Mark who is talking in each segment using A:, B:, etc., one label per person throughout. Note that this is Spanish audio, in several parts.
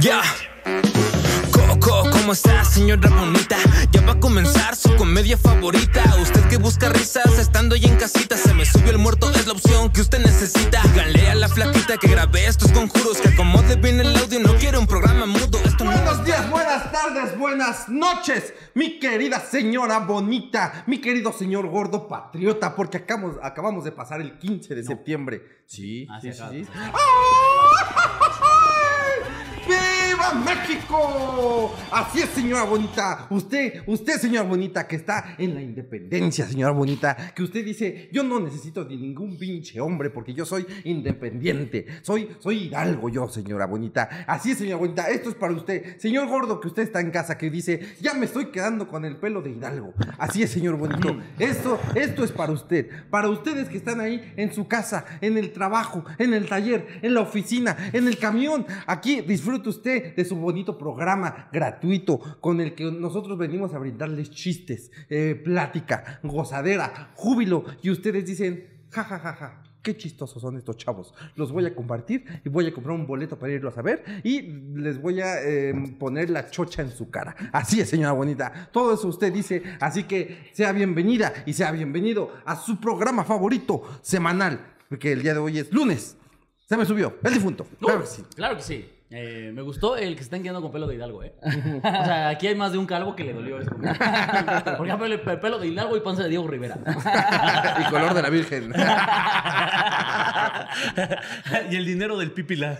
A: Ya. Coco, ¿cómo está, señora bonita? Ya va a comenzar su comedia favorita. Usted que busca risas estando ya en casita. Se me subió el muerto, es la opción que usted necesita. Galea la flaquita que grabé estos conjuros. Que acomode bien el audio, no quiero un programa mudo. Esto no-
B: Buenos días, buenas tardes, buenas noches, mi querida señora bonita, mi querido señor gordo patriota, porque acabamos, acabamos de pasar el 15 de septiembre. Sí,
C: Ah,
B: sí,
C: sí, acaba
B: sí,
C: de
B: sí. ¡Ay! ¡Viva México! Así es, señora bonita. Usted, usted, señora bonita, que está en la independencia, señora bonita, que usted dice, yo no necesito de ningún pinche hombre porque yo soy independiente. Soy, soy hidalgo yo, señora bonita. Así es, señora bonita. Esto es para usted. Señor gordo, que usted está en casa, que dice, ya me estoy quedando con el pelo de hidalgo. Así es, señor bonito. Esto, esto es para usted. Para ustedes que están ahí en su casa, en el trabajo, en el taller, en la oficina, en el camión. Aquí disfrute usted de su bonito programa gratuito con el que nosotros venimos a brindarles chistes, eh, plática, gozadera, júbilo. Y ustedes dicen, ja, ja, ja, ja. Qué chistosos son estos chavos. Los voy a compartir y voy a comprar un boleto para irlos a ver y les voy a eh, poner la chocha en su cara. Así es, señora bonita. Todo eso usted dice. Así que sea bienvenida y sea bienvenido a su programa favorito semanal, porque el día de hoy es lunes. Se me subió el difunto. Claro que sí.
C: Claro que sí. Eh, me gustó el que se están quedando con pelo de Hidalgo, ¿eh? o sea, aquí hay más de un calvo que le dolió el Porque hay pelo, pe- pelo de Hidalgo y panza de Diego Rivera.
B: y color de la Virgen.
D: y el dinero del pipila.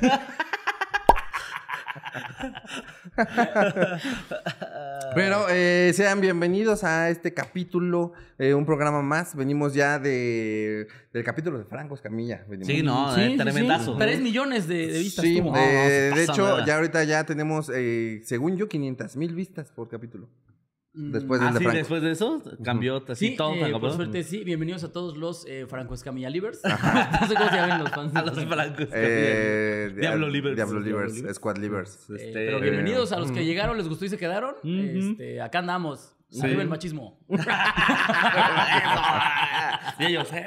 B: Pero eh, sean bienvenidos a este capítulo, eh, un programa más. Venimos ya de, del capítulo de Franco Escamilla. Venimos.
D: Sí, no, eh, tremendazo.
C: Tres millones de, de vistas.
B: Sí,
C: tuvo. Ah,
B: eh,
D: no, se
B: de
D: pasa,
B: hecho,
D: ¿verdad?
B: ya ahorita ya tenemos, eh, según yo, 500 mil vistas por capítulo. Después del
D: Ah,
B: de
D: sí,
B: Franco.
D: después de eso, cambió así
C: Sí,
D: todo.
C: eh,
D: Franco,
C: por
D: ¿no?
C: suerte sí. Bienvenidos a todos los eh, Franco Escamilla Livers. no sé cómo se llaman los fans. de
D: A los
C: Franco.
D: blancos.
B: Eh, Dia-
D: Diablo Livers.
B: Diablo
D: Diablo
B: Livers,
D: Livers.
B: Squad Livers.
C: Eh,
D: Este,
C: pero bienvenidos a los que llegaron, les gustó y se quedaron.
D: Ujú.
C: este, acá andamos.
D: Sí.
C: Arriba el machismo.
D: Eso. y ellos. eh.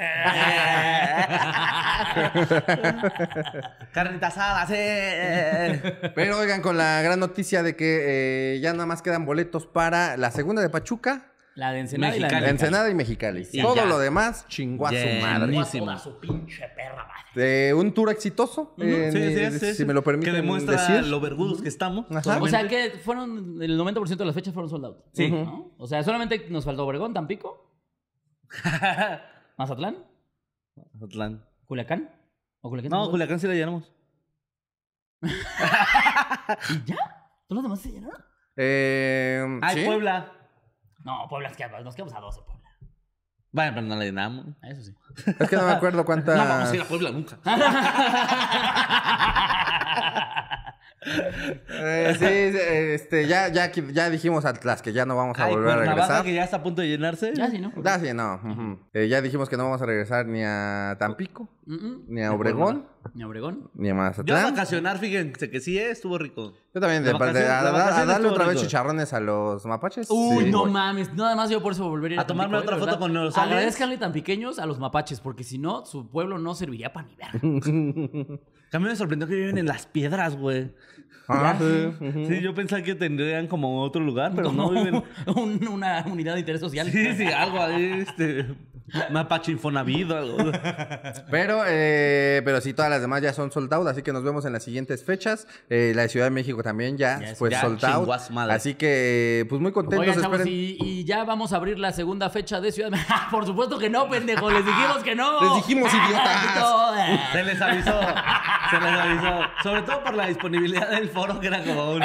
D: Carnitas asadas. eh.
B: Pero oigan, con la gran noticia de que eh, ya nada más quedan boletos para la segunda de Pachuca,
C: La de Ensenada y la
D: Mexicali.
C: de
B: Ensenada y Mexicali.
D: Y
B: Todo
D: ya.
B: lo demás, chingua su madre.
D: Llenísimo.
C: Toda su pinche perra madre.
B: Eh, un tour exitoso, eh,
D: Sí, sí,
B: eh,
D: sí,
B: si
D: sí.
B: me lo permiten
D: Que demuestra
B: decir.
D: lo vergudos que estamos.
B: Ajá.
C: O sea que fueron, el 90% de las fechas fueron sold out.
D: Sí.
C: ¿no? O sea, solamente nos faltó Obregón, Tampico, Mazatlán,
D: Mazatlán.
C: Culiacán. ¿O Culiacán?
D: No, Culiacán sí la llenamos.
C: ¿Y ya? ¿Todos los demás se llenaron?
B: Eh,
D: Ay,
B: sí.
D: Puebla.
C: No, Puebla, es que nos quedamos a 12, Puebla.
D: Bueno, pero no la llenamos.
C: Ah, Eso sí.
B: Es que no me acuerdo cuántas.
D: No pues, vamos a ir a Puebla nunca.
B: Eh, sí, sí, eh, este, ya, ya, que- ya dijimos a las que ya no vamos a
D: Ay,
B: volver a
D: Cuernavaca,
B: regresar.
D: que ya está a punto de llenarse.
C: ya sí, ¿no?
B: Ya sí, no. ujú. Eh, ya dijimos que no vamos a regresar ni a Tampico,
C: Mm, mm.
B: ni a Obregón,
C: Ni a Obregón.
B: ni a
D: Yo a
B: Mazatlán. Yo,
D: vacacionar, fíjense que sí, eh, estuvo rico.
B: también, de,
D: de
B: de-
D: vacaciones- de
B: a, a- a
D: vacaciones
B: darle
D: estuvo
B: otra vez
D: rico.
B: chicharrones a los mapaches.
C: Uy,
B: sí,
C: no
B: voy.
C: mames. Nada más yo por eso volvería
D: A tomarme
C: Tampico,
D: otra
C: ¿eh?
D: foto
C: ¿Verdad?
D: con los aliens.
C: Agradezcanle tan pequeños a los mapaches, porque si no, su pueblo no serviría para ni ver.
D: A mí me sorprendió que viven en las piedras, güey.
B: Ah, sí, ujú.
D: Sí, yo pensaba que tendrían como otro lugar, pero no
C: Como
D: viven.
C: un- una unidad de interés social.
D: Sí, sí, algo ahí, este. Mapache Infonavit o algo.
B: Pero, eh, pero sí, todas las demás ya son sold out, así que nos vemos en las siguientes fechas. Eh, la de Ciudad de México también ya,
C: Ya es-
B: pues
D: ya
B: sold
D: chingó a
B: out.
D: su madre.
B: Así que, pues muy contentos.
C: Oigan, chavos,
B: esperen.
C: y, y ya vamos a abrir la segunda fecha de Ciudad de México. Por supuesto que no, pendejo. Les dijimos que no.
B: Les dijimos, idiotas.
D: Se les avisó. Se les avisó. Sobre todo por la disponibilidad del foro, que era como un.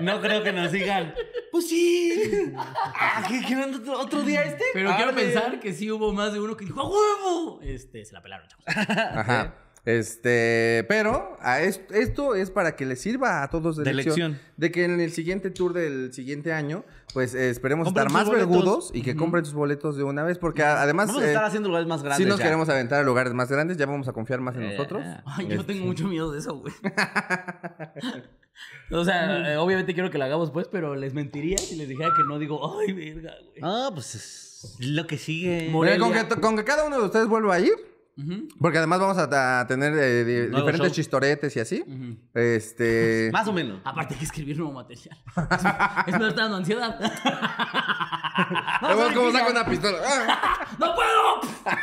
D: No creo que nos digan. Pues sí. Ah, ¿qué quieren otro, otro día este?
C: Pero
D: Ah,
C: quiero
D: güey.
C: pensar que sí hubo más de uno que dijo, ¡a huevo! Este, se la pelaron, chavos.
B: Ajá. Este, pero a es- esto es para que les sirva a todos de,
D: De
B: lección,
D: lección.
B: De que en el siguiente tour del siguiente año, pues eh, esperemos
D: Compren
B: estar
D: sus
B: más
D: boletos.
B: vergudos y que compren sus boletos de una vez, porque a- además.
D: Vamos a
B: eh,
D: estar haciendo lugares más grandes.
B: si nos
D: ya.
B: queremos aventar a lugares más grandes, ya vamos a confiar más en
D: Eh,
B: nosotros. Este,
C: Ay, yo tengo mucho miedo de eso, güey. o sea, eh, obviamente quiero que la hagamos, pues, pero les mentiría si les dijera que no digo, ¡ay, verga, güey!
D: Ah, pues es lo que sigue.
C: Mo-
B: Mira, con,
C: Morelia.
B: que, con que cada uno de ustedes vuelva a ir,
C: Ujú,
B: Porque además vamos a, a tener eh, di-
D: Nuevo
B: diferentes
D: show.
B: chistoretes y así.
C: ujú.
B: Este.
D: Más o menos.
C: Aparte hay que escribir nuevo material. Es, es me está dando ansiedad.
B: Además, como saca una pistola. ¡Ah!
C: ¡No puedo!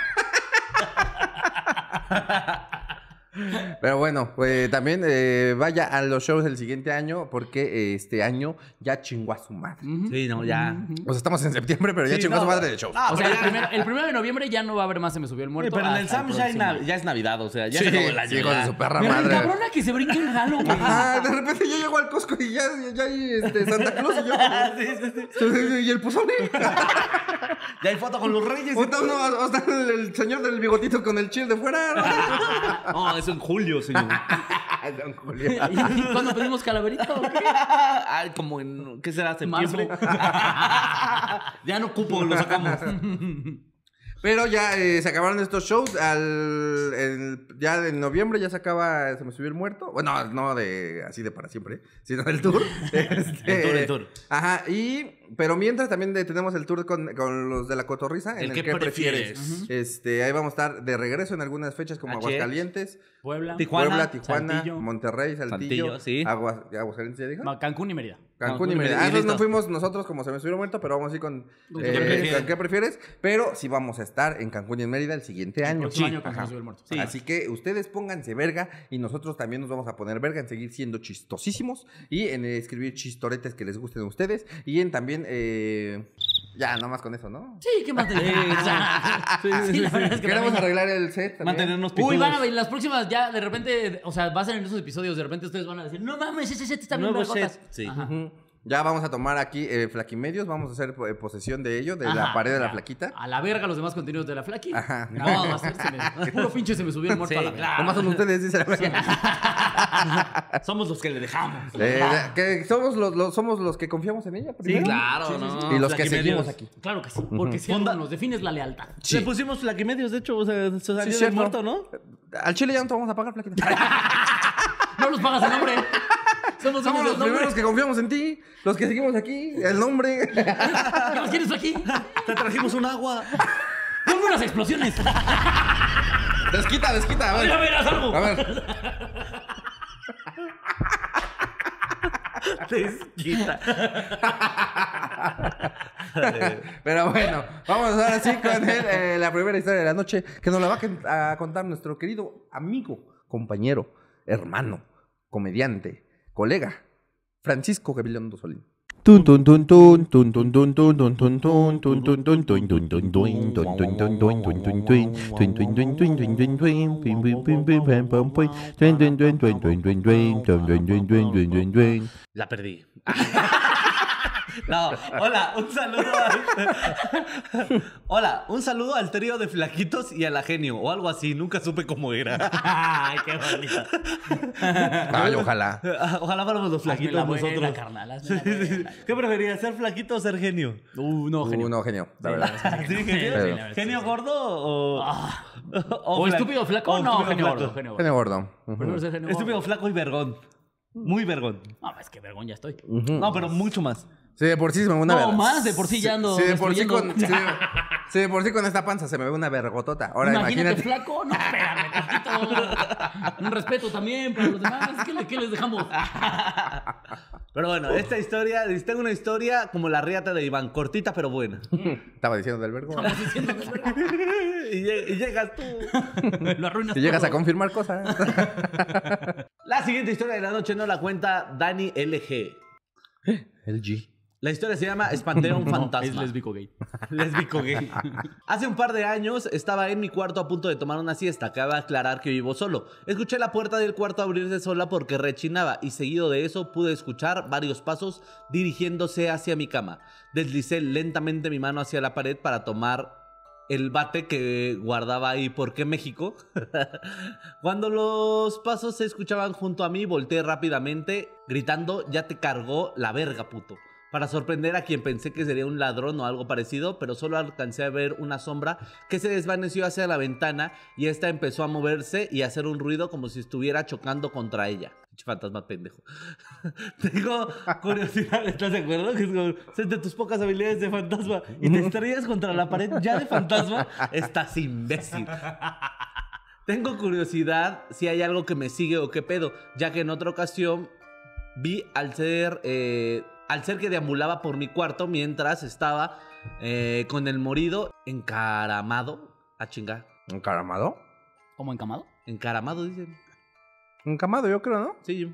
B: Pero bueno, pues también eh, vaya a los shows del siguiente año, porque eh, este año ya chingó a su madre.
D: Sí, no, ya.
B: O sea, estamos en septiembre, pero ya
D: Sí,
B: chingó
D: no,
B: a su madre de shows.
D: no, Ah,
C: O sea,
D: pero
C: el
D: ya-
C: primero, el primero de noviembre ya no va a haber más Se me subió el
D: Oye,
C: muerto.
D: pero en el
C: hasta
D: Sam ya, hay
C: próximo.
D: nav- ya es Navidad, o sea, ya
B: Sí,
D: se acabó el año.
B: sí, hijo
D: ya.
B: de su perra
C: Mira,
B: madre.
C: la cabrona que se brinca el galo, güey.
B: Ajá, Ah, de repente yo llego al Costco y ya, ya hay este, Santa Claus y yo.
D: Ah, Sí, sí, sí.
B: Y el pozole.
D: Ya hay foto con los reyes.
B: O está, uno- o está el, el señor del bigotito con el chill de fuera.
D: No, es en julio, señor.
B: Ay, Don Julio.
C: ¿Y ¿Cuándo pedimos calaverita o qué?
D: Ay, como en, ¿qué será? Septiembre.
C: Marzo.
D: ya no cupo, lo sacamos.
B: Pero ya eh, se acabaron estos shows. Al, el- ya en noviembre ya se acaba Se me subió el muerto. Bueno, no de así de para siempre, sino del tour. Este,
D: El tour, el tour.
B: Ajá, y. Pero mientras también de- tenemos el tour con, con los de la cotorriza.
D: El
B: en
D: que
B: el que prefieres.
D: prefieres.
B: Este, ahí vamos a estar de regreso en algunas fechas como
D: Así es.
B: Aguascalientes,
C: Puebla,
D: Tijuana,
B: Puebla, Tijuana,
C: Saltillo.
B: Monterrey, Saltillo.
D: Saltillo, sí.
B: Aguas- Aguascalientes, ¿ya dijo?
C: Ma- Cancún y Mérida.
B: Cancún y
D: Cancún y
B: Mérida.
D: Mérida.
B: Ah,
D: Y
B: esos no
D: listo.
B: fuimos nosotros como se me subió muerto, pero vamos a ir con
C: Con
B: eh,
C: qué prefieres.
B: con qué prefieres. Pero sí vamos a estar en Cancún y en Mérida el siguiente
C: El
B: año.
C: próximo año con Se
B: Ajá.
C: me subió el muerto.
D: Sí.
B: Así que ustedes pónganse verga y nosotros también nos vamos a poner verga en seguir siendo chistosísimos y en escribir chistoretes que les gusten a ustedes y en también... eh, ya, nada más con eso, ¿no?
C: Sí, ¿qué más te digo? O sea, sí, la verdad es que
B: Queremos
C: también-
B: arreglar el set. también.
D: Mantenernos picudos.
C: Uy, van a ver, las próximas ya de repente, o sea, va a ser en esos episodios, de repente ustedes van a decir, no mames, ese set está bien
D: Nuevo
C: vergotas".
D: set, sí.
C: Ajá.
B: Ujú. Ya vamos a tomar aquí eh, flaquimedios, vamos a hacer eh, posesión de ello, de la
C: Ajá,
B: pared de la
C: ya.
B: flaquita.
C: A la verga los demás contenidos de la flaqui.
B: Ajá.
C: No, va a ser, se me- puro pinche se me subió el muerto
D: Sí,
C: a la verga.
B: Nomás son ustedes, dice la verga.
D: Somos los que le dejamos.
B: Eh, que somos los, los- somos los que confiamos en ella primero.
D: claro, ¿no?
B: Y los
D: Flaquimedios.
B: que seguimos aquí.
C: Claro que sí, porque si
D: Funda-
C: algo nos defines la lealtad.
B: Sí.
D: Le pusimos flaquimedios, de hecho, o sea, se
B: Sí,
D: salió del
B: cierto.
D: muerto, ¿no?
B: Al chile ya no te vamos a pagar, Flaquita.
C: No los pagas el nombre. Somos,
B: Somos los primeros que confiamos en ti, los que seguimos aquí, el nombre.
C: ¿Qué más quieres tú aquí?
D: Te trajimos un agua.
C: Pongo unas explosiones.
B: desquita, desquita, a
C: Ya
B: ver.
C: verás algo.
B: A ver,
D: Te quita.
B: pero bueno, vamos ahora sí con el, eh, la primera historia de la noche que nos la va a quen- a contar nuestro querido amigo, compañero, hermano, comediante, colega, Francisco Gabilondo Solín.
E: Tun tun tun tun tun tun tun tun tun tun tun tun tun tun tun tun tun tun tun tun tun tun tun tun tun. Tun tun tun tun tun tun tun. Pim, pim, pim, pim, pam, pam, pum. Tun, tun, tun, tun, tun, tun, tun. Tun, tun, tun, tun, tun, tun, tun.
D: La perdí. No, hola, un saludo al... Hola, un saludo al trío de flaquitos y a la genio, o algo así, nunca supe cómo era.
C: Ay, qué bonito.
B: Ay, ojalá.
D: Ojalá fuéramos los
C: Hazme
D: flaquitos
C: la buena,
D: nosotros.
C: carnal, hazme
D: Sí,
C: la
D: sí, sí.
C: buena.
D: ¿Qué preferirías, ser flaquito o ser genio?
C: Uh, no, genio.
B: Uh, no, genio, la
C: Sí,
B: verdad.
C: es que
D: ¿Sí,
C: sí.
D: genio?
C: Sí, la
B: Pero-
C: verdad es que
D: ¿Genio
C: sí. Ah.
D: gordo o...?
C: O
D: fla-
C: estúpido flaco.
D: o Oh,
C: No,
D: estúpido
C: genio
D: flaco?
C: gordo. Genio gordo.
B: Genio gordo. Ujú.
C: Prefiero ser genio
D: Estúpido
C: gordo.
D: flaco y vergón. Muy vergón.
C: No, es que vergón ya estoy.
D: No, pero mucho más.
B: Sí, de por sí se me ve una
C: No,
B: verga.
C: más, de por sí ya ando
B: Sí, de por sí, con, sí,
C: destruyendo.
B: de- sí, de por sí con esta panza se me ve una vergotota. Ahora
C: imagínate,
B: imagínate.
C: flaco. No, espérame tantito. Un respeto también para los demás. ¿Qué, le- qué les dejamos?
D: Pero bueno, esta historia, tengo una historia como la riata de Iván, cortita pero buena.
B: Estaba diciendo del vergo.
D: y, lle- y llegas tú.
C: Lo arruinas
B: Si llegas
C: todo.
B: a confirmar cosas.
D: La siguiente historia de la noche no la cuenta Dani LG.
B: El G.
D: La historia se llama Espanté a un
C: No,
D: fantasma.
C: Es lesbico gay.
D: Lésbico gay. Hace un par de años estaba en mi cuarto a punto de tomar una siesta. Cabe aclarar que vivo solo. Escuché la puerta del cuarto abrirse sola porque rechinaba y seguido de eso pude escuchar varios pasos dirigiéndose hacia mi cama. Deslicé lentamente mi mano hacia la pared para tomar el bate que guardaba ahí porque México. Cuando los pasos se escuchaban junto a mí, volteé rápidamente gritando, ya te cargó la verga, puto. Para sorprender a quien pensé que sería un ladrón o algo parecido, pero solo alcancé a ver una sombra que se desvaneció hacia la ventana y esta empezó a moverse y a hacer un ruido como si estuviera chocando contra ella. Pinche Fantasma pendejo. Tengo curiosidad, ¿estás de acuerdo? Que es como, "Sé de tus pocas habilidades de fantasma y te estrellas contra la pared ya de fantasma, estás imbécil. Tengo curiosidad si hay algo que me sigue o qué pedo, ya que en otra ocasión vi al ser, eh, al ser que deambulaba por mi cuarto mientras estaba eh, con el morido encaramado. Ah, A chingar.
F: ¿Encaramado?
C: ¿Como encamado?
D: Encaramado, dicen.
F: Encamado, yo creo, ¿no?
D: Sí, yo-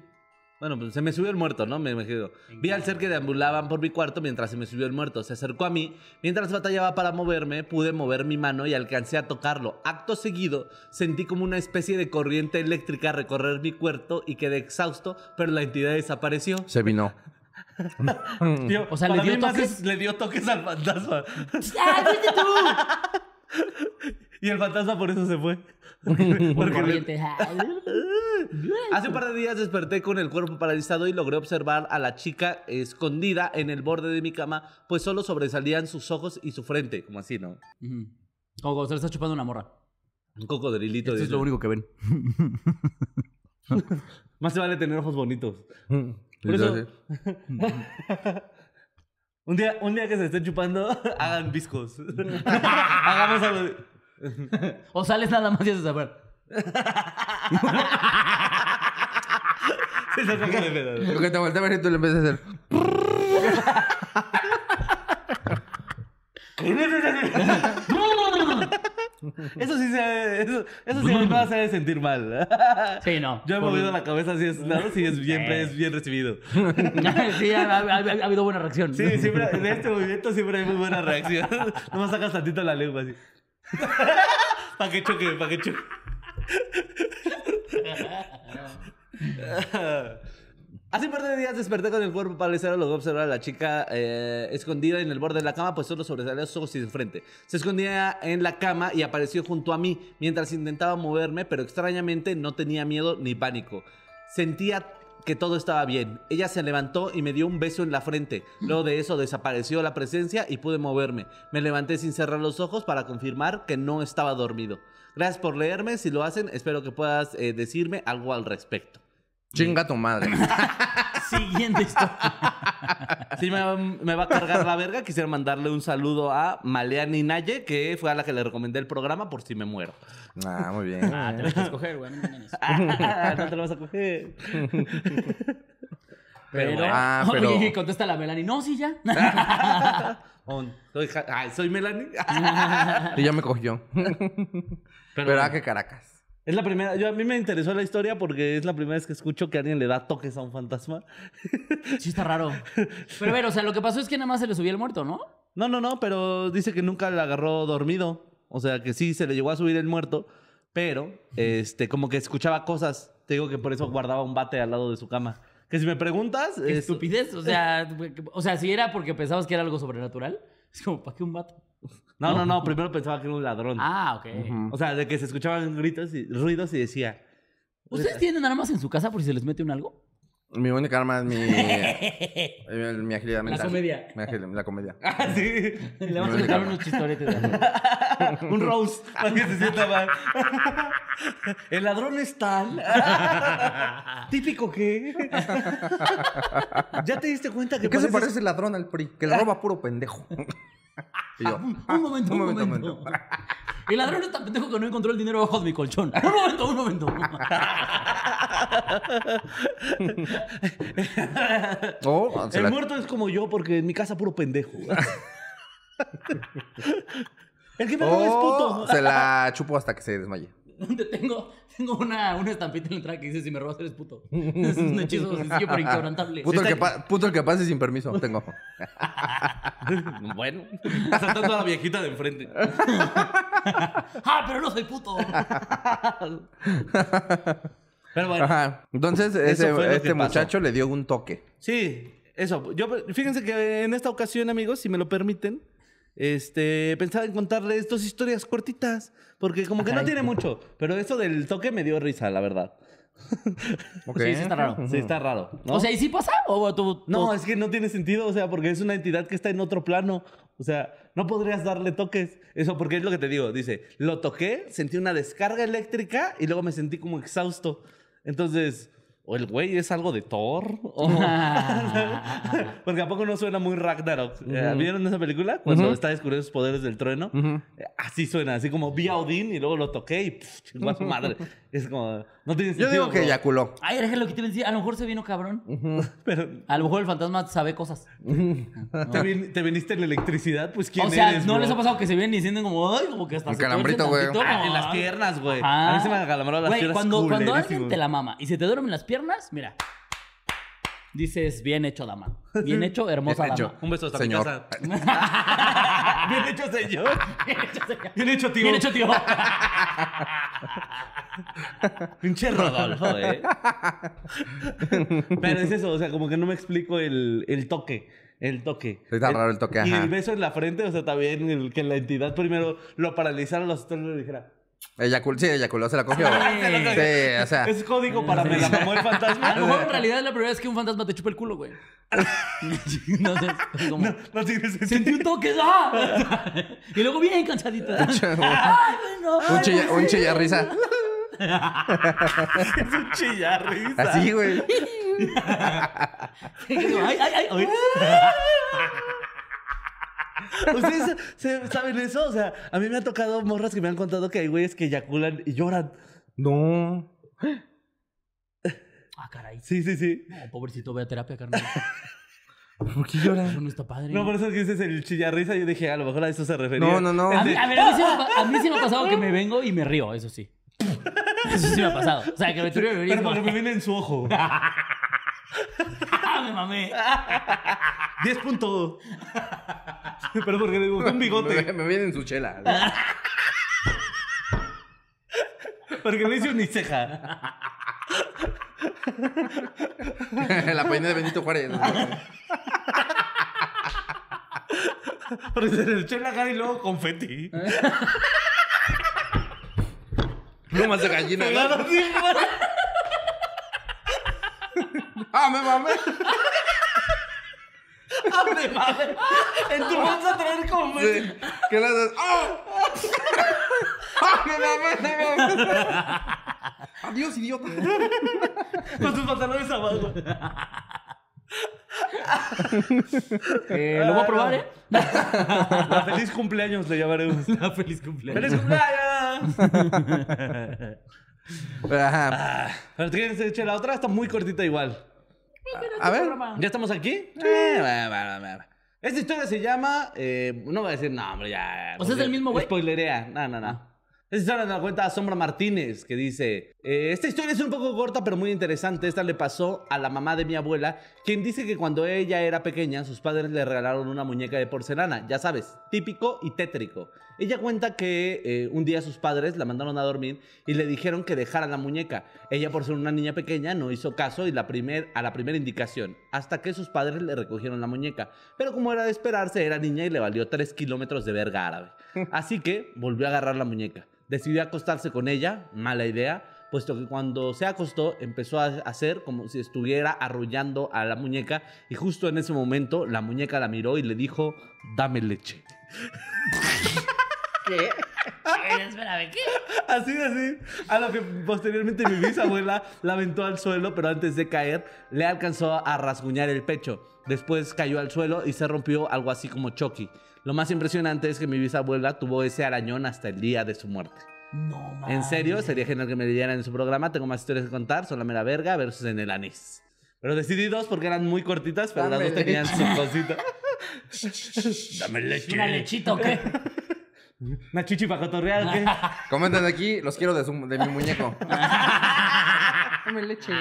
D: Bueno, pues se me subió el muerto, ¿no? Me imagino. Vi al ser que deambulaban por mi cuarto mientras se me subió el muerto. Se acercó a mí. Mientras batallaba para moverme, pude mover mi mano y alcancé a tocarlo. Acto seguido, sentí como una especie de corriente eléctrica recorrer mi cuerpo y quedé exhausto, pero la entidad desapareció.
F: Se vino.
D: Tío,
C: O sea, ¿le
D: para
C: dio
D: mí más
C: toques?
D: es- le dio toques al fantasma. y el fantasma por eso se fue. Porque le-
C: Corriente.
D: Hace un par de días desperté con el cuerpo paralizado y logré observar a la chica escondida en el borde de mi cama, pues solo sobresalían sus ojos y su frente, como así, ¿no?
C: Ujú. Como cuando se le está chupando una morra.
D: Un cocodrilito.
C: Esto es
D: dice.
C: lo único que ven.
D: Más se vale tener ojos bonitos. Por
F: Y yo
D: eso- Un día, un día que se estén chupando, hagan viscos. Hagamos algo.
C: O sales nada más y haces saber.
D: Se saca de pedo.
F: así. Lo que te volteé a ver y tú le empiezas a hacer.
D: Eso sí se eso, eso sí no se debe sentir mal.
C: Sí, no.
D: Yo he
C: Por- Eh.
D: movido la cabeza así es lado y es siempre es bien recibido.
C: sí, ha, ha- ha- ha habido buena reacción.
D: Sí, siempre, en este movimiento siempre hay muy buena reacción. Nomás sacas tantito la lengua así. para que choque, para que choque. Hace un par de días desperté con el cuerpo paralizado, logré observar a la chica eh, escondida en el borde de la cama, pues solo sobresalía sus ojos y su frente. Se escondía en la cama y apareció junto a mí mientras intentaba moverme, pero extrañamente no tenía miedo ni pánico. Sentía que todo estaba bien. Ella se levantó y me dio un beso en la frente. Luego de eso desapareció la presencia y pude moverme. Me levanté sin cerrar los ojos para confirmar que no estaba dormido. Gracias por leerme, si lo hacen, espero que puedas eh, decirme algo al respecto.
F: Chinga tu madre.
C: Siguiente historia.
D: Sí, me va, me va a cargar la verga. Quisiera mandarle un saludo a Maleani Naye, que fue a la que le recomendé el programa por si me muero.
F: Ah, muy bien.
C: Ah, te lo que escoger, güey. No me engañes.
D: Ah, no te lo vas a coger.
C: Pero,
F: bueno. Ah, pero-
C: Oye, contesta la Melanie. No, sí, ya.
D: On. Soy, ja- ay, soy Melanie.
F: Y ya me cogió. Pero,
D: bueno.
F: ah, que Caracas.
D: Es la primera, yo a mí me interesó la historia porque es la primera vez que escucho que alguien le da toques a un fantasma.
C: Sí, está raro. Pero, a ver, o sea, lo que pasó es que nada más se le subió el muerto, ¿no?
D: No, no, no, pero dice que nunca la agarró dormido. O sea, que sí, se le llegó a subir el muerto, pero este, como que escuchaba cosas. Te digo que por eso guardaba un bate al lado de su cama. Que si me preguntas,
C: Qué
D: es-
C: estupidez. O sea, o sea, si era porque pensabas que era algo sobrenatural, es como, ¿para qué un vato?
D: No, no, no, primero pensaba que era un ladrón.
C: Ah, ok.
F: Ujú.
D: O sea, de que se escuchaban gritos y ruidos y decía,
C: ¿Ustedes tienen armas en su casa por si se les mete un algo?
F: Mi única arma es mi. el- mi agilidad mental.
C: comedia.
F: Mi agil- la comedia.
D: ah, sí,
C: Le vamos a contar unos chistoretes. de algo.
D: un rose, para que se sienta mal. El ladrón es tal. Típico que. ¿Ya te diste cuenta que
F: ¿Qué se
D: pareces-
F: parece el ladrón al PRI? Que le roba puro pendejo. Y
B: Ah,
F: yo,
C: Un, un momento, ah, un,
F: un momento,
C: momento.
F: un
C: El ladrón es tan pendejo que no encontró el dinero bajo de mi colchón. Un momento, un momento.
F: oh, se
D: El
F: la-
D: muerto es como yo porque en mi casa puro pendejo. El que me roba es
F: oh,
D: puto.
F: se la chupo hasta que se desmaye.
C: Te tengo tengo una, una estampita en la entrada que dice: Si me robas, eres puto. Es un hechizo sencillo pero inquebrantable.
F: Puto, el que
D: está-
F: pa- puto el que pase sin permiso. Tengo.
D: Bueno, saltando a la viejita de enfrente.
C: ¡Ah, pero no soy puto!
D: Pero bueno.
F: Ajá. Entonces,
D: Eso
F: ese-
D: fue lo que
F: este
D: pasó.
F: muchacho le dio un toque.
D: Sí, eso. Yo, fíjense que en esta ocasión, amigos, si me lo permiten, este, pensaba en contarles dos historias cortitas, porque como que no
C: Ajá.
D: tiene mucho, pero eso del toque me dio risa, la verdad.
F: Ok.
C: Sí, sí, está raro.
D: Sí, está raro. ¿no?
C: O sea, ¿y sí pasa? ¿O tú,
D: no, es que no tiene sentido, o sea, porque es una entidad que está en otro plano. O sea, no podrías darle toques. Eso porque es lo que te digo. Dice, lo toqué, sentí una descarga eléctrica y luego me sentí como exhausto. Entonces, O el güey es algo de Thor. O-
C: Ah.
D: Porque a poco no suena muy Ragnarok. Eh, ¿Vieron esa película? Cuando está descubriendo sus poderes del trueno. Eh, Así suena, así como vi a Odín y luego lo toqué y pf, chingó a su madre. Es como. No tiene
E: Yo
D: sentido.
E: digo que
D: bro.
E: eyaculó.
C: Ay, era lo que te iba a decir. A lo mejor se vino cabrón.
D: Pero
C: A lo mejor el fantasma sabe cosas.
D: ¿te, vin- te viniste en la electricidad, pues quién
C: O sea,
D: eres,
C: ¿no
D: bro?
C: les ha pasado que se vienen diciendo como, ay, como que hasta
E: Un
C: se torce
E: calambrito, güey.
C: tantito,
D: Ah,
C: como,
D: en las
C: ay?
D: piernas, güey.
C: Ajá.
D: A mí se me acalambraron las
C: Ah, Güey,
D: piernas.
C: Cuando, cuando alguien
D: culerísimo.
C: te la mama y se te duermen las piernas, mira. Dices, bien hecho, dama. Bien hecho, hermosa
E: Bien hecho.
C: dama.
D: Un beso hasta
E: Señor.
D: mi casa. Bien hecho, señor.
C: Bien hecho, señor.
D: Bien hecho, tío.
C: Bien hecho, tío.
D: Pinche Rodolfo, eh. Pero es eso, o sea, como que no me explico el, el toque. El toque.
E: Sí, está raro el toque,
D: Y
E: ajá.
D: el beso en la frente, o sea, también el que la entidad primero lo paralizara, los otros le dijera.
E: Eyacul sí, eyaculó, se la cogió.
D: "Se lo
E: Sí,
D: tragué".
E: o sea.
D: Ah, Es código para me la mamó el fantasma.
C: A lo mejor en realidad es la primera vez que un fantasma te chupa el culo, güey. No sé, es como,
D: No, no tiene sentido.
C: sentí un toque, ¡ah! Y luego bien cansadita. ¡Ay, bueno!
E: Un,
C: ay,
E: chilla,
C: bueno.
E: un chillarrisa.
D: Es un chillar, risa.
E: Así, güey.
C: ¡Ay, ay, ay! ay.
D: ¿Ustedes se- saben eso? O sea, a mí me ha tocado morras que me han contado que hay güeyes que eyaculan y lloran.
F: No.
C: ¡Ah, caray!
D: Sí, sí, sí.
C: No, pobrecito, ve a terapia, carnal.
F: ¿Por qué llora?
C: Eso no está padre.
D: No, por eso es que dices el chillarrisa. Yo dije, a lo mejor a eso se refería.
F: No, no, no.
C: A mí, a ver, a mí, sí me, ha pa- a mí sí me ha pasado que me vengo y me río, eso sí. Eso sí me ha pasado. O sea, que me río y me río.
D: Pero porque me viene en su ojo.
C: ¡Ah, me mamé!
D: 10 puntos. Pero porque le gustó un bigote.
E: Me, me viene en su chela.
D: Porque le hice uniceja.
E: la peiné de Benito Juárez.
D: Porque se le echó en la cara y luego confeti.
E: Plumas de gallina. ¿no?
D: Claro, sí,
E: Ah, me mamé.
D: madre, madre. En tu bolsa traer confeti.
E: Sí. ¿Qué le haces? ¡Ah! ¡Ah, me mamé, me mamé!
F: Adiós, idiota.
D: Con tus pantalones abajo.
C: Eh, lo voy a probar, ¿eh?
D: La feliz cumpleaños le llamaremos.
C: La feliz cumpleaños.
D: ¡Feliz cumpleaños!
E: Ajá.
D: Pero tú quieres echar la otra, está muy cortita igual.
E: A ver.
D: ¿Ya estamos aquí? Eh, va, va, va, va. Esta historia se llama. eh, no voy a decir nombre, ya.
C: O sea, es del mismo güey.
D: Spoilerea. No, no, no. Esta historia nos la cuenta Sombra Martínez, que dice: eh, Esta historia es un poco corta, pero muy interesante. Esta le pasó a la mamá de mi abuela, quien dice que cuando ella era pequeña, sus padres le regalaron una muñeca de porcelana. Ya sabes, típico y tétrico. Ella cuenta que eh, un día sus padres la mandaron a dormir y le dijeron que dejara la muñeca. Ella, por ser una niña pequeña, no hizo caso y la primer, a la primera indicación, hasta que sus padres le recogieron la muñeca. Pero como era de esperarse, era niña y le valió 3 kilómetros de verga árabe. Así que volvió a agarrar la muñeca. Decidió acostarse con ella, mala idea, puesto que cuando se acostó empezó a hacer como si estuviera arrullando a la muñeca y justo en ese momento la muñeca la miró y le dijo, dame leche.
C: Espérame, ¿qué?
D: Así, así. A lo que posteriormente mi bisabuela la aventó al suelo, pero antes de caer le alcanzó a rasguñar el pecho. Después cayó al suelo y se rompió algo así como Chucky. Lo más impresionante es que mi bisabuela tuvo ese arañón hasta el día de su muerte.
C: No, mames.
D: En serio, sería genial que me leyeran en su programa. Tengo más historias que contar. Son la mera verga versus en el anís. Pero decidí dos porque eran muy cortitas, pero las
E: Dame
D: dos tenían su cosita. Dame
C: ¿Una lechita o qué?
D: Una chichi para cotorrear, ¿o ¿qué?
E: Comenten aquí, los quiero de, su- de mi muñeco.
F: Dame leche.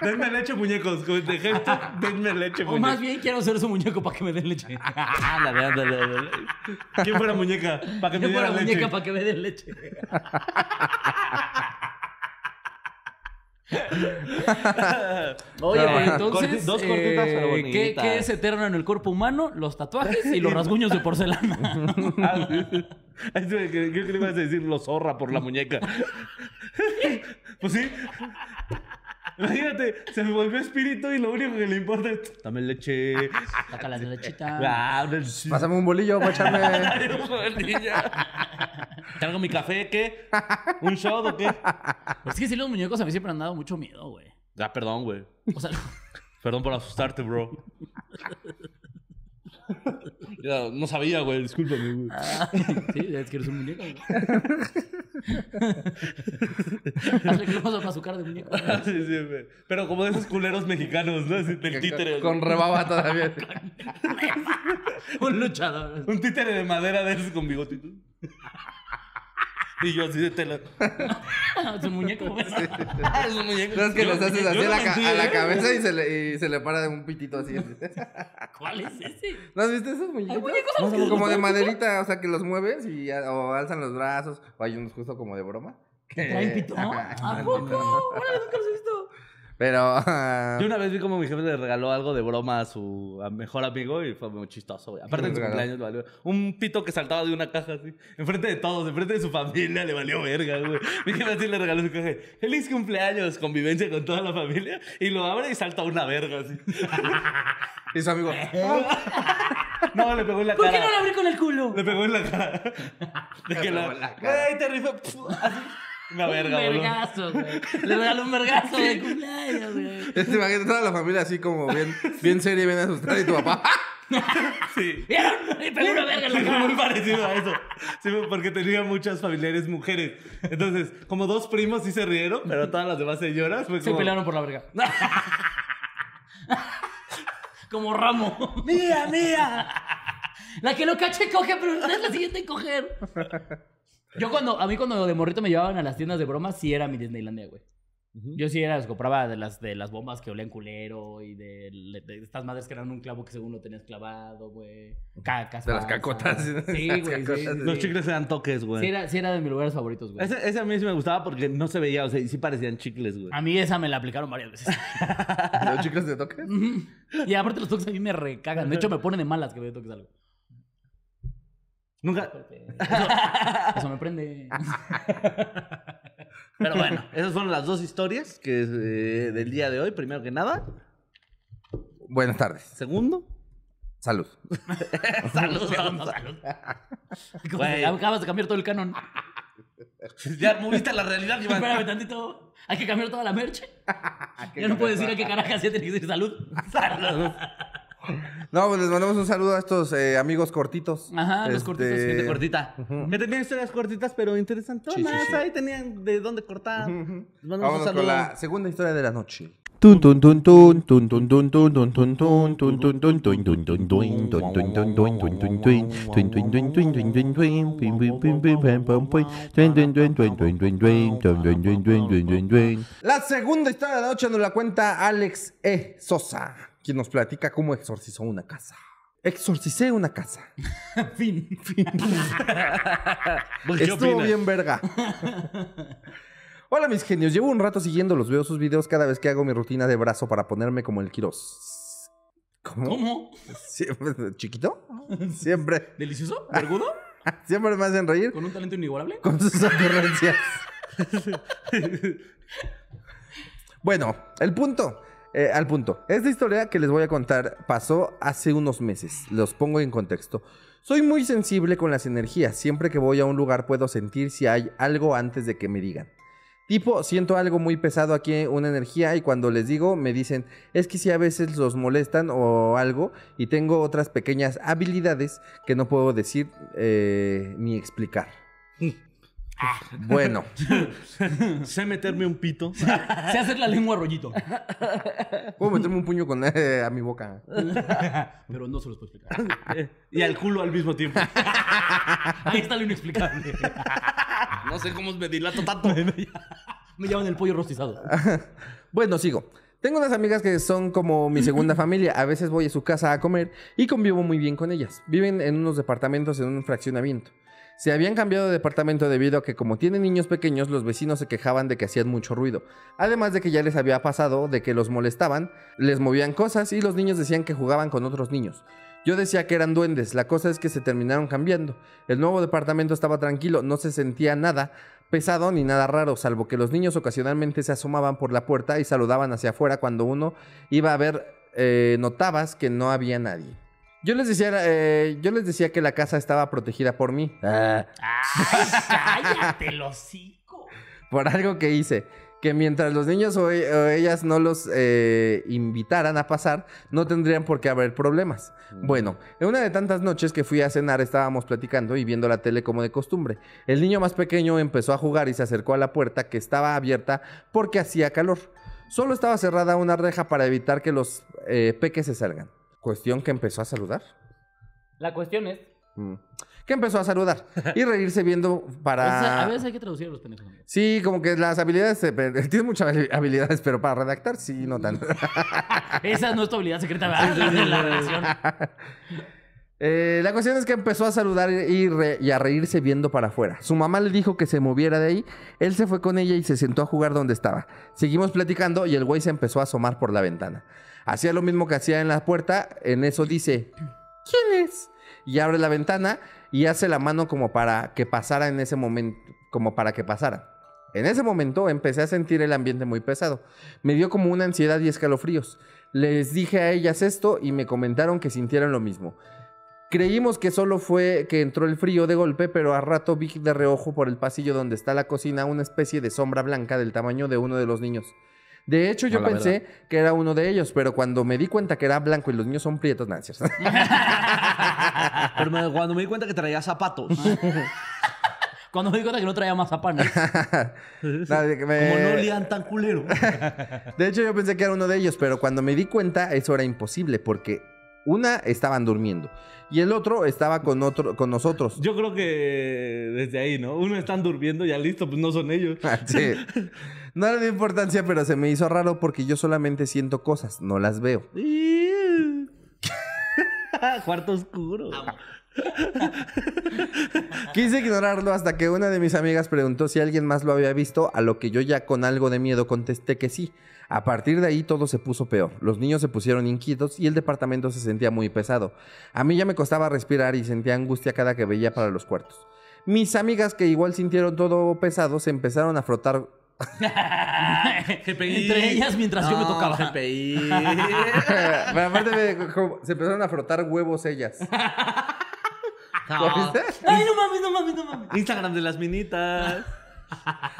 D: Denme leche, muñecos. Como te dije, Denme leche,
C: O más
D: muñecos.
C: bien quiero ser su muñeco para que me den leche.
D: Ándale, ándale, ándale. ¿Quién fuera muñeca? Para que me
C: Yo
D: diera
C: fuera
D: leche.
C: muñeca para que me den leche. Oye, pero entonces,
D: Corti- dos cortitas, pero
C: eh, ¿qué,
D: bonitas.
C: qué es eterno en el cuerpo humano? Los tatuajes y los rasguños de porcelana.
D: Ah, sí. Ay, sí, Creo que le ibas a decir lo zorra por la muñeca. Pues sí. Imagínate, se me volvió espíritu y lo único que le importa es dame leche.
C: Sácala de lechita.
D: Ah, una leche.
E: Pásame un bolillo para echarme.
D: ¿Tengo mi café? ¿Qué? ¿Un shot o qué?
C: Pues Es que sí, los muñecos a mí siempre me han dado mucho miedo, güey.
D: Ah, perdón, güey.
C: O sea,
D: Perdón por asustarte, bro. Ya, no sabía, güey. Discúlpame, güey.
C: sí, es que eres un muñeco. güey. Hazle que lo vamos a pasucar de muñeco.
D: Sí, sí, güey. Pero como de esos culeros mexicanos, ¿no? Así, del títere.
B: Ah. Con rebaba todavía.
C: Un luchador.
D: Un títere de madera de esos con bigotito. Y yo así de tela.
B: Ah.
C: Es un muñeco, güey.
D: Ah, es un muñeco.
B: ¿Sabes que
D: Yo-
B: les haces
D: yo
B: así
D: no
B: a la, ca-
D: mentí,
B: a
D: ¿eh?
B: la cabeza y se, le, y se le para de un pitito así? así.
C: ¿Cuál es ese?
B: ¿No has visto esos muñequitos?
C: muñecos
B: No,
C: a los que
B: como, como de
C: les hacen pito.
B: maderita, o sea, que los mueves y a- o alzan los brazos. O hay unos justo como de broma. que-
C: ¿Traen pitón?
B: Ajá.
C: ¿A poco? Órale, nunca los he visto.
B: Pero... ah,
D: Yo una vez vi como mi jefe le regaló algo de broma a su a mejor amigo y fue muy chistoso, güey. Aparte en
B: ¿Qué
D: su
B: le regaló?
D: cumpleaños le valió. Un pito que saltaba de una caja así, enfrente de todos, enfrente de su familia, le valió verga, güey. Mi jefe así le regaló su caja. de, Feliz cumpleaños, convivencia con toda la familia. Y lo abre y salta una verga así.
B: Y su amigo... "Ah,
D: No, le pegó en la
C: ¿Por
D: cara.
C: qué no lo abrí con el culo?
D: Le pegó en la cara. De que
B: Le
D: la.
B: pegó en la cara.
D: Güey, te rifé. Así. Una verga,
C: un
D: boludo.
C: vergazo, güey. Le regaló un vergazo de cumpleaños, güey.
B: Este, imagínate toda la familia así como bien, bien seria y bien asustada y tu papá. ¡ah!
D: Sí.
C: ¿Vieron? Le pegó una verga en la
D: Sí,
C: cara.
D: muy parecido a eso. Sí, porque tenía muchas familiares mujeres. Entonces, como dos primos sí se rieron, pero todas las demás señoras fue
C: Se
D: como...
C: pelearon por la verga. Como ramo.
D: ¡Mía, mía!
C: La que no cache coge, pero es la siguiente en coger. Yo cuando, a mí cuando de morrito me llevaban a las tiendas de bromas, sí era mi Disneylandia, güey. Yo sí era, compraba de las, de las bombas que olían culero y de, de estas madres que eran un clavo que según lo tenías clavado, güey. Cacas.
B: De las
C: falsas.
B: cacotas.
C: Sí,
B: Las
C: güey. Sí,
B: cacotas,
C: sí,
D: Los
C: sí.
D: chicles eran toques, güey.
C: Sí era, sí era de mis lugares favoritos, güey.
D: Ese, ese a mí sí me gustaba porque no se veía, o sea, y sí parecían chicles, güey.
C: A mí esa me la aplicaron varias veces.
B: "Ah, ¿Los chicos te toques?
C: y aparte los toques a mí me recagan. De hecho, me ponen de malas que me toques algo.
D: Nunca...
C: Eso me prende.
D: Pero bueno, esas fueron las dos historias que es, eh, del día de hoy, primero que nada.
B: Buenas tardes.
D: Segundo...
B: Salud.
C: Saludos, saludos, saludos. Ah, Como
D: Güey.
C: que Acabas de cambiar todo el canon.
D: Ya moviste la realidad, Iván.
C: Espérame tantito. Hay que cambiar toda la merch. Ya no puedo decir a Ah, qué carajas ya tiene que decir salud. Salud.
B: No, pues les mandamos un saludo a estos eh, amigos cortitos. Este,
C: Ajá, los cortitos, gente
D: Gente cortita. Que tenían historias cortitas, pero interesantes.
B: Sí, sí, sí.
D: Ahí tenían de dónde cortar. Les mandamos un
B: Vámonos
D: saludo.
B: con la segunda historia de la noche.
E: Tun tun tun tun tun tun tun tun tun tun tun tun tun tun tun tun tun tun tun tun tun tun tun tun tun tun tun tun tun tun tun tun pim pim pim pim pam pam pum tun tun tun tun tun tun tun tun tun tun tun tun tun tun
B: La segunda historia de la noche nos la cuenta Alex E. Sosa, quien nos platica cómo exorcizó una casa. Exorcicé una casa.
C: Fin.
D: Pues, ¿qué
B: Estuvo
D: opinas?
B: bien verga. Hola mis genios, llevo un rato siguiéndolos, veo sus videos cada vez que hago mi rutina de brazo para ponerme como el Kiros. ¿Cómo?
C: ¿Cómo?
B: Siempre- ¿Chiquito? Siempre,
C: ¿Delicioso? ¿Vergudo?
B: siempre me hacen reír
C: ¿Con un talento inigualable?
B: con sus ocurrencias. bueno, el punto. eh, al punto. Esta historia que les voy a contar pasó hace unos meses. Los pongo en contexto. Soy muy sensible con las energías. Siempre que voy a un lugar puedo sentir si hay algo antes de que me digan. Tipo, siento algo muy pesado aquí, una energía, y cuando les digo, me dicen, es que si a veces los molestan o algo, y tengo otras pequeñas habilidades que no puedo decir eh, ni explicar. Bueno,
D: Sé meterme un pito.
C: Sé hacer la lengua rollito.
B: puedo meterme un puño con eh, a mi boca.
C: Pero no se los puedo explicar.
D: eh, y al culo al mismo tiempo.
C: Ahí está lo inexplicable.
D: No sé cómo me dilato tanto.
C: Me llaman el pollo rostizado.
B: Bueno, sigo. Tengo unas amigas que son como mi segunda familia. A veces voy a su casa a comer y convivo muy bien con ellas. Viven en unos departamentos en un fraccionamiento. Se habían cambiado de departamento debido a que como tienen niños pequeños, los vecinos se quejaban de que hacían mucho ruido. Además de que ya les había pasado de que los molestaban, les movían cosas y los niños decían que jugaban con otros niños. Yo decía que eran duendes, la cosa es que se terminaron cambiando. El nuevo departamento estaba tranquilo, no se sentía nada pesado ni nada raro, salvo que los niños ocasionalmente se asomaban por la puerta y saludaban hacia afuera cuando uno iba a ver, eh, notabas que no había nadie. Yo les, decía, eh, yo les decía que la casa estaba protegida por mí. Ah,
C: ¡Ay, cállate, el hocico!
B: por algo que hice, que mientras los niños o, e- o ellas no los eh, invitaran a pasar, no tendrían por qué haber problemas. Bueno, en una de tantas noches que fui a cenar estábamos platicando y viendo la tele como de costumbre. El niño más pequeño empezó a jugar y se acercó a la puerta que estaba abierta porque hacía calor. Solo estaba cerrada una reja para evitar que los eh, peques se salgan. Cuestión que empezó a saludar.
C: La cuestión es.
B: Mm. Que empezó a saludar y reírse viendo para...
C: o sea, a veces hay que traducir a los pendejos. amigo.
B: Sí, como que las habilidades, se per- tienes muchas habili- habilidades, pero para redactar sí, no tanto.
C: Esa no es tu habilidad secreta, ¿verdad? La de la relación.
B: Eh, la cuestión es que empezó a saludar y, re- y a reírse viendo para afuera. Su mamá le dijo que se moviera de ahí, él se fue con ella y se sentó a jugar donde estaba. Seguimos platicando y el güey se empezó a asomar por la ventana. Hacía lo mismo que hacía en la puerta, en eso dice, ¿quién es? Y abre la ventana y hace la mano como para que pasara en ese momento, como para que pasara. En ese momento empecé a sentir el ambiente muy pesado. Me dio como una ansiedad y escalofríos. Les dije a ellas esto y me comentaron que sintieron lo mismo. Creímos que solo fue que entró el frío de golpe, pero a rato vi de reojo por el pasillo donde está la cocina una especie de sombra blanca del tamaño de uno de los niños. De hecho, yo
D: A la
B: pensé que era uno de ellos, pero cuando me di cuenta que era blanco y los niños son prietos, no, es cierto.
D: Pero me- cuando me di cuenta que traía zapatos.
C: Cuando me di cuenta que no traía mazapán.
B: No, de que me-
D: Como no lean tan culero.
B: De hecho, yo pensé que era uno de ellos, pero cuando me di cuenta, eso era imposible, porque una estaban durmiendo y el otro estaba con, otro, con nosotros.
G: Yo creo que desde ahí, ¿no? Uno están durmiendo, ya listo, pues no son ellos.
B: Ah, Sí. No le di importancia, pero se me hizo raro porque yo solamente siento cosas, no las veo.
G: Cuarto oscuro.
B: Quise ignorarlo hasta que una de mis amigas preguntó si alguien más lo había visto, a lo que yo ya con algo de miedo contesté que sí. A partir de ahí todo se puso peor. Los niños se pusieron inquietos y el departamento se sentía muy pesado. A mí ya me costaba respirar y sentía angustia cada que veía para los cuartos. Mis amigas que igual sintieron todo pesado se empezaron a frotar
D: GPI.
C: Entre ellas mientras yo me
D: No,
C: tocaba.
D: GPI.
B: Pero aparte me- como- se empezaron a frotar huevos ellas. ¿Lo
D: No.
B: viste?
C: Ay, no mames, no mames, no mames.
D: Instagram de las minitas.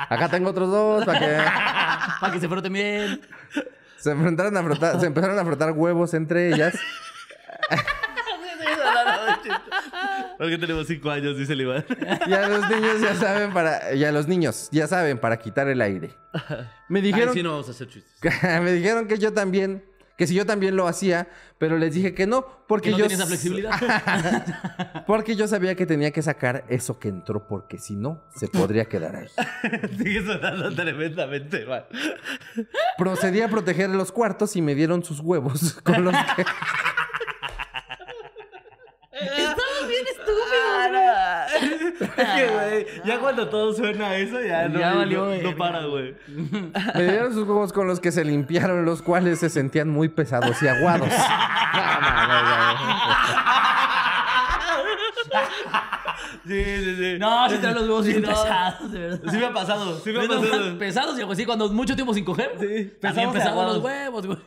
B: Acá tengo otros dos para que
C: Para que se froten bien.
B: se enfrentaran a frotar, se empezaron a frotar huevos entre ellas.
D: Porque tenemos cinco años, dice el Iván.
B: Y a los niños ya saben para y a los niños ya saben para quitar el aire. Me dijeron
D: Ay, sí, no vamos a hacer chistes.
B: me dijeron que yo también que si yo también lo hacía, pero les dije que no porque
C: Que no
B: yo
C: tiene esa flexibilidad.
B: porque yo sabía que tenía que sacar eso que entró porque si no se podría quedar ahí.
D: Sigue sonando tremendamente mal.
B: Procedí a proteger los cuartos y me dieron sus huevos con los que
C: Estamos bien estúpidos.
D: Es que, güey, ya cuando todo suena a eso, ya no,
C: Ah, Ya
D: no-
C: valió,
D: no
C: verga.
D: para, güey.
B: Me dieron sus huevos con los que se limpiaron, los cuales se sentían muy pesados y aguados.
D: Sí, sí, sí.
C: No, se traen los huevos bien
D: Sí, no.
C: pesados, de verdad.
D: Sí me ha pasado, sí me ha
C: Menos mal
D: pasado.
C: pesados, y pues sí, cuando mucho tiempo sin coger. Sí,
D: pesados
C: pesados,
D: y
C: pesados
D: aguados.
C: los huevos, güey.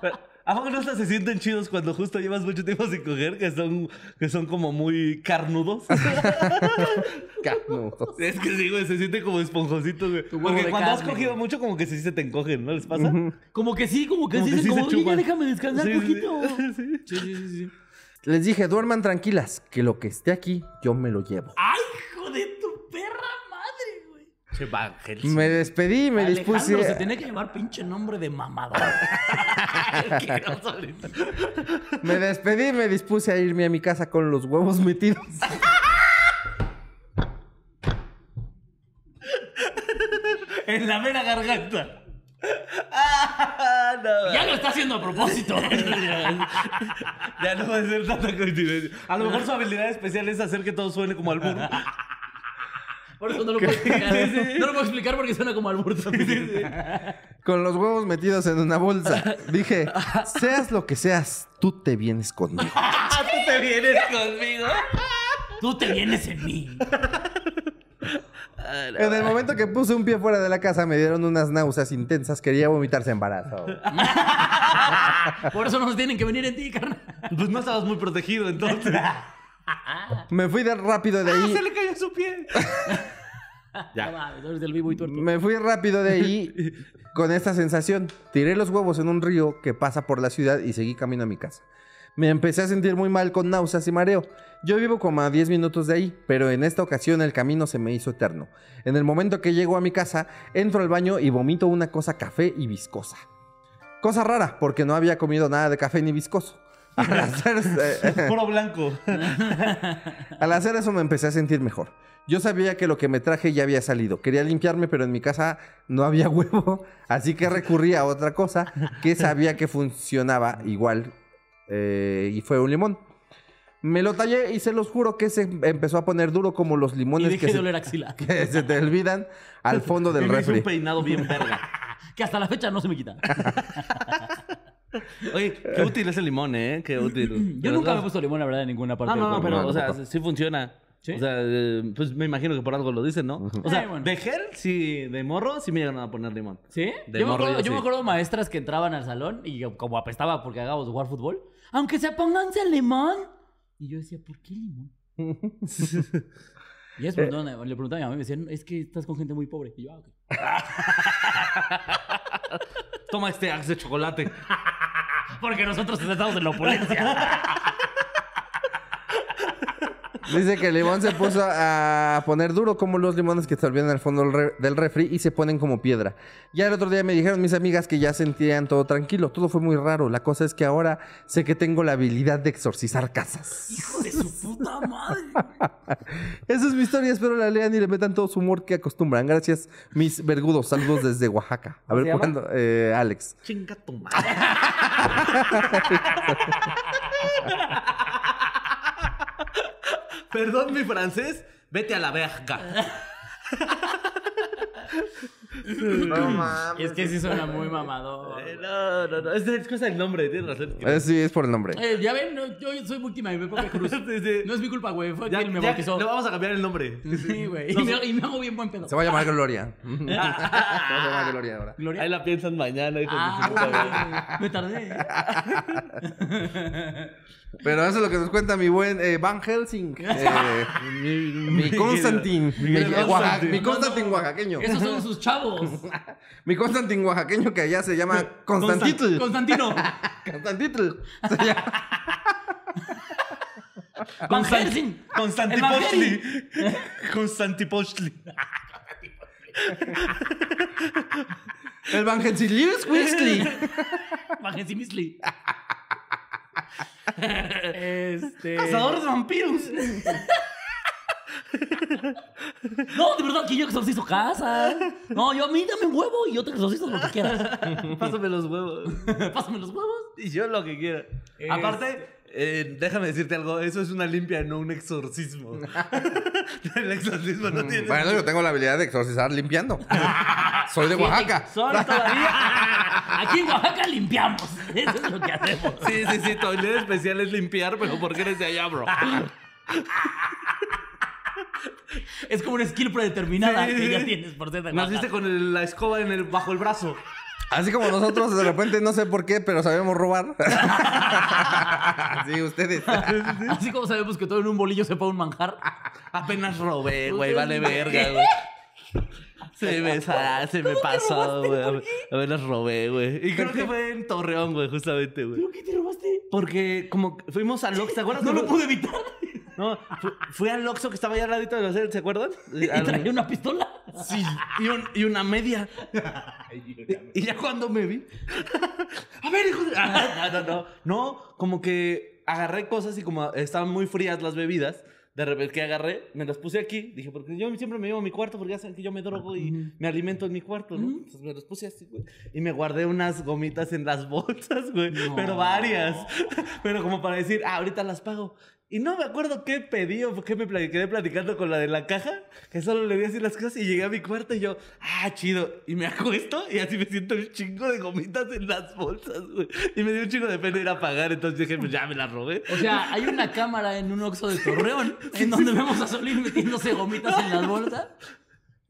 D: Pero, ¿A poco no hasta se sienten chidos cuando justo llevas mucho tiempo sin coger? Que son, que son como muy carnudos.
B: Canudos.
D: es que sí, güey, se sienten como esponjositos, güey.
C: huevo
D: Porque
C: de
D: cuando has
C: carne,
D: cogido
C: güey.
D: mucho, como que sí se te encogen, ¿no les pasa?
C: Como que sí, como que
D: Como
C: sí,
D: que sí se
C: dicen como, "Oye, ya
D: chupan".
C: déjame descansar
D: Sí,
C: un poquito.
D: sí, sí.
C: Sí, sí, sí, sí.
B: Les dije, duerman tranquilas, que lo que esté aquí, yo me lo llevo.
C: ¡Ay, hijo de tu perra madre, güey!
D: Che, Vangel.
B: Me despedí y me
C: Alejandro, se
B: dispuse,
C: tenía que llevar pinche nombre de mamador.
D: Qué groso ahorita.
B: me despedí y me dispuse a irme a mi casa con los huevos metidos.
D: En la mera garganta. Ah, no.
C: ya lo está haciendo a propósito.
D: Ya no va a ser tanta coincidencia. A lo mejor su habilidad especial es hacer que todo suene como al burro.
C: Por eso no lo puedo explicar. No lo puedo explicar porque suena como al
B: Con los huevos metidos en una bolsa. Dije, seas lo que seas, tú te vienes conmigo.
D: ¿Tú te vienes conmigo?
C: Tú te vienes en mí.
B: En el momento que puse un pie fuera de la casa, me dieron unas náuseas intensas. Quería vomitarse embarazo.
C: Por eso no nos tienen que venir en ti, carnal.
D: Pues no estabas muy protegido entonces.
C: Ah,
B: Me fui de rápido de ahí.
D: le cayó su pie. Ya.
C: No mames, eres del vivo y tuerto.
B: Me fui rápido de ahí con esta sensación. Tiré los huevos en un río que pasa por la ciudad y seguí camino a mi casa. Me empecé a sentir muy mal con náuseas y mareo. Yo vivo como a 10 minutos de ahí, pero en esta ocasión el camino se me hizo eterno. En el momento que llego a mi casa, entro al baño y vomito una cosa café y viscosa. Cosa rara, porque no había comido nada de café ni viscoso. eh, Al hacer,
G: Puro blanco.
B: al hacer eso me empecé a sentir mejor. Yo sabía que lo que me traje ya había salido. Quería limpiarme, pero en mi casa no había huevo. Así que recurrí a otra cosa que sabía que funcionaba igual. eh, y fue un limón. Me lo tallé y se los juro que se empezó a poner duro como los
C: Y
B: limones
C: dejé
B: que
C: de
B: se,
C: oler axila.
B: que se te olvidan al fondo
G: Y
B: del
G: me hice un
B: refri.
G: peinado bien verga.
C: Que hasta la fecha no se me quita.
D: Oye, qué útil es el limón, ¿eh? Qué útil.
C: Yo nunca me he puesto limón, la verdad, en ninguna parte
D: Ah,
C: del
D: no, no,
C: cuerpo.
D: pero,
B: No,
D: o sea,
B: tampoco.
D: sí funciona.
C: ¿Sí?
D: O sea, eh, pues me imagino que por algo lo dicen, ¿no? O sea,
C: Eh, bueno.
D: de gel, sí, de morro, sí me llegaron a poner limón.
C: ¿Sí?
D: De
C: Yo me,
D: morro
C: acuerdo,
D: yo
C: yo me
D: sí.
C: acuerdo de maestras que entraban al salón y yo, como apestaba porque acabamos de jugar fútbol. Aunque se pónganse limón. Y yo decía, ¿por qué limón? y ellas preguntaban- le preguntaban a mi mamá y me decían, es que estás con gente muy pobre. Y yo, ah, ok.
D: Toma este axe de chocolate.
C: Porque nosotros estamos en la opulencia.
B: Dice que el limón se puso a poner duro como los limones que se olvidan al fondo del re- del refri y se ponen como piedra. Ya el otro día me dijeron mis amigas que ya sentían todo tranquilo. Todo fue muy raro. La cosa es que ahora sé que tengo la habilidad de exorcizar casas.
C: Hijo de su puta madre.
B: Esa es mi historia. Espero la lean y le metan todo su humor que acostumbran. Gracias, mis vergudos. Saludos desde Oaxaca. A ver cuándo. eh, Alex.
D: Chinga tu madre. Perdón mi francés, vete a la verga.
C: Es que sí suena muy mamador.
D: Eh, No, no, no, es, es cosa del nombre, tienes razón.
B: Eh, sí, es por el nombre.
C: Eh, ya ven, no, yo soy víctima de mi propia cruz.
D: Sí, sí.
C: No es mi culpa, güey. Fue
D: Ya-
C: quien me
D: ya,
C: bautizó.
D: le vamos a cambiar el nombre.
C: Sí, güey. Y, me- y me hago bien buen pedo.
B: Se va a llamar Gloria. Se va a llamar Gloria ahora.
C: Gloria.
D: Ahí la piensan mañana. hijo de su puta madre.
C: Ah, me tardé.
B: Pero eso es lo que nos cuenta mi buen eh, Van Helsing. Eh, mi Constantin. Mi,
D: querido
B: Oaxaca-
D: Constantin.
B: mi Constantin oaxaqueño.
C: Esos son sus chavos.
B: Mi Constantin oaxaqueño que allá se llama Constantitl.
C: Constantino.
B: Constantitl. Se llama-
C: Van Helsing.
G: Constantipochtli. Constantipochtli.
B: El Van Helsilius Weasley.
C: Van Helsing Misli. Este.
G: Cazador de vampiros.
C: No, de verdad que yo exorcizo casa. No, yo a mí dame un huevo y yo te exorcizo lo que quieras.
D: Pásame los huevos.
C: Pásame los huevos.
D: Y yo lo que quiera.
C: Este.
D: Aparte, eh, déjame decirte algo. Eso es una limpia, no un exorcismo. El exorcismo
C: Mm,
D: no tiene...
B: Bueno, yo tengo la habilidad de exorcizar limpiando. Soy de Oaxaca.
C: Solo todavía. Aquí en Oaxaca limpiamos. Eso es lo que hacemos.
D: Sí, sí, sí. Tu habilidad especial es limpiar, pero porque eres de allá, bro?
C: Ah, Es como una skill predeterminada
D: Sí, sí,
C: que ya
D: sí.
C: tienes por ser de
D: Naciste
C: Oaxaca.
D: con el- la escoba en el, bajo el brazo.
B: Así como nosotros, de repente, no sé por qué, pero sabemos robar. sí, ustedes.
C: Así como sabemos que todo en un bolillo se pone un manjar.
D: Apenas robé, güey. Vale verga, güey. Se me, sa- se me pasó, güey. Apenas robé, güey. Y creo que fue en Torreón, güey, justamente, güey.
C: ¿Pero qué te robaste?
D: Porque como que fuimos al Oxxo, ¿te acuerdas?
C: No
D: que
C: lo
D: fu-
C: pude evitar.
D: No, fu- fui al Oxxo que estaba allá al ladito del hotel, ¿se acuerdan?
C: Y traía una pistola.
D: Sí, y, un- y una media. y, y ya cuando me vi. A ver, hijo de. Ah, no, no, no. No, como que agarré cosas y como estaban muy frías las bebidas. De repente que agarré, me las puse aquí. Dije, porque yo siempre me llevo a mi cuarto, porque ya saben que yo me drogo y me alimento en mi cuarto, ¿no? Entonces me las puse así, güey. Y me guardé unas gomitas en las bolsas, güey. Pero varias. Pero como para decir, ah, ahorita las pago. Y no me acuerdo qué pedí o qué me pla- quedé platicando con la de la caja, que solo le di así las cosas y llegué a mi cuarto y yo, ah, chido. Y me acuesto y así me siento un chingo de gomitas en las bolsas, güey. Y me dio un chingo de pena ir a pagar, entonces dije, pues ya me las robé.
C: O sea, hay una cámara en un oxo de Torreón en donde vemos a Solín metiéndose gomitas en las bolsas.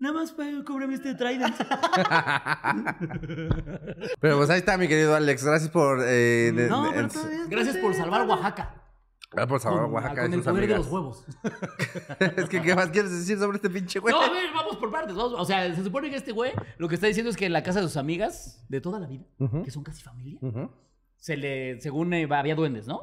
C: Nada más para cóbrame este Trident.
B: Pero pues ahí está, mi querido Alex. Gracias por. eh, de-
D: No,
B: de-
D: pero todavía-
C: Gracias por salvar Oaxaca.
B: Ah, por favor,
C: con,
B: Oaxaca.
C: con
B: de
C: el
B: sus
C: poder de
B: amigas.
C: los huevos.
B: es que, ¿qué más quieres decir sobre este pinche güey?
C: No, a ver, vamos por partes. vamos- o sea, se supone que este güey lo que está diciendo es que en la casa de sus amigas de toda la vida,
B: Ujú.
C: que son casi familia,
B: Ujú.
C: se le, según eh, había duendes, ¿no?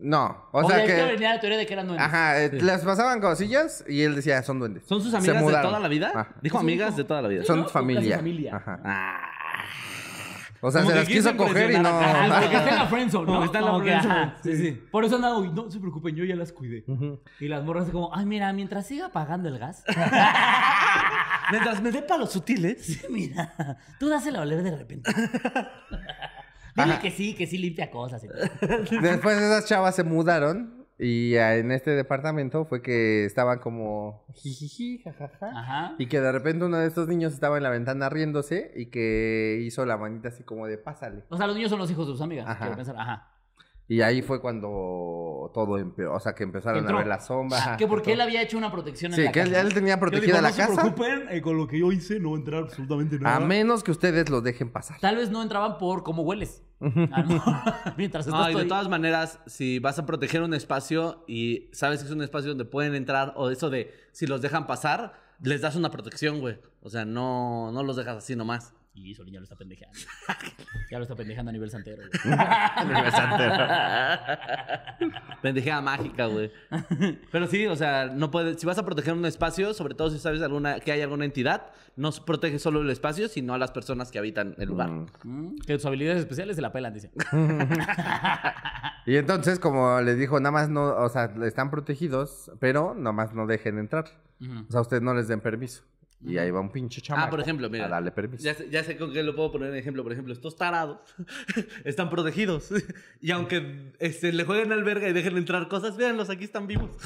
B: No, o sea
C: de ahí te
B: que.
C: venía la teoría de que eran duendes.
B: Ajá, eh, las pasaban cosillas y él decía, son duendes.
G: ¿Son sus
B: Se
G: amigas de
B: mudaron.
G: toda la vida?
B: Ah.
G: Dijo amigas de toda la vida.
C: Sí, ¿no?
B: Son
C: Son
B: familia.
C: casi familia.
B: Ajá.
G: Ah,
B: O sea,
G: Como
B: se
G: que
B: las
G: quiso
B: quiso coger y no.
G: impresionar
C: Ah,
G: Ajá.
C: porque está en la friendzone, ¿no?
G: Como que está en la
C: Como que,
G: friendzone,
C: ajá,
G: sí, sí.
C: Por eso no, uy, no se preocupen, yo ya las cuidé. Y las morras así como, ay, mira, mientras siga pagando el gas,
D: Ah,
G: Mientras me dé palos sutiles.
C: sí, mira, tú dásela a oler de repente. Dile que sí, que sí limpia cosas. y todo.
B: Después esas chavas se mudaron y ah, en este departamento fue que estaban como jijiji,
G: Ah.
B: jajaja.
C: Ajá.
B: Y que de repente uno de estos niños estaba en la ventana riéndose y que hizo la manita así como de pásale.
C: O sea, los niños son los hijos de sus amigas.
B: Ajá.
C: Quiero pensar, ajá.
B: Y ahí fue cuando todo empeoró, o sea, que empezaron
C: Entró.
B: a ver la sombra.
G: Ah,
B: ajá,
C: que porque él
B: entró.
C: había hecho una protección
B: Ah,
C: en
B: Sí,
C: la
B: que él,
C: casa.
B: él tenía
G: Yo le
B: protegida
G: digo,
B: la
G: no se
B: casa. Ah,
G: preocupen, eh, con lo que yo hice no entrar absolutamente
B: A
G: nada.
B: menos que ustedes los dejen pasar.
C: Tal vez no entraban por cómo hueles. A lo mejor, Mientras estás
D: No, Ah, y de
C: todavía-
D: todas maneras, si vas a proteger un espacio y sabes que es un espacio donde pueden entrar, o eso de si los dejan pasar, les das una protección, güey. O sea, no, no los dejas así nomás.
C: Y Solín ya lo está pendejeando. ya lo está pendejando a nivel santero. güey.
D: Pendejada mágica, güey. Pero sí, o sea, no puedes, si vas a proteger un espacio, sobre todo si sabes alguna, que hay alguna entidad, no s- protege solo el espacio, sino a las personas que habitan el lugar.
C: Mm, Que sus habilidades especiales se la pelan, dice.
B: Y entonces, como les dijo, nada más no, o sea, están protegidos, pero nada más no dejen entrar.
C: Ujú.
B: O sea, ustedes no les den permiso. Y ahí va un pinche chamaco
D: Ah, por ejemplo, mira.
B: a darle
C: Pues
B: permiso.
D: Ya sé, ya sé con qué lo puedo poner en ejemplo. Por ejemplo, estos tarados están protegidos. Y aunque este, le jueguen alberga y dejen entrar cosas, véanlos, aquí están vivos.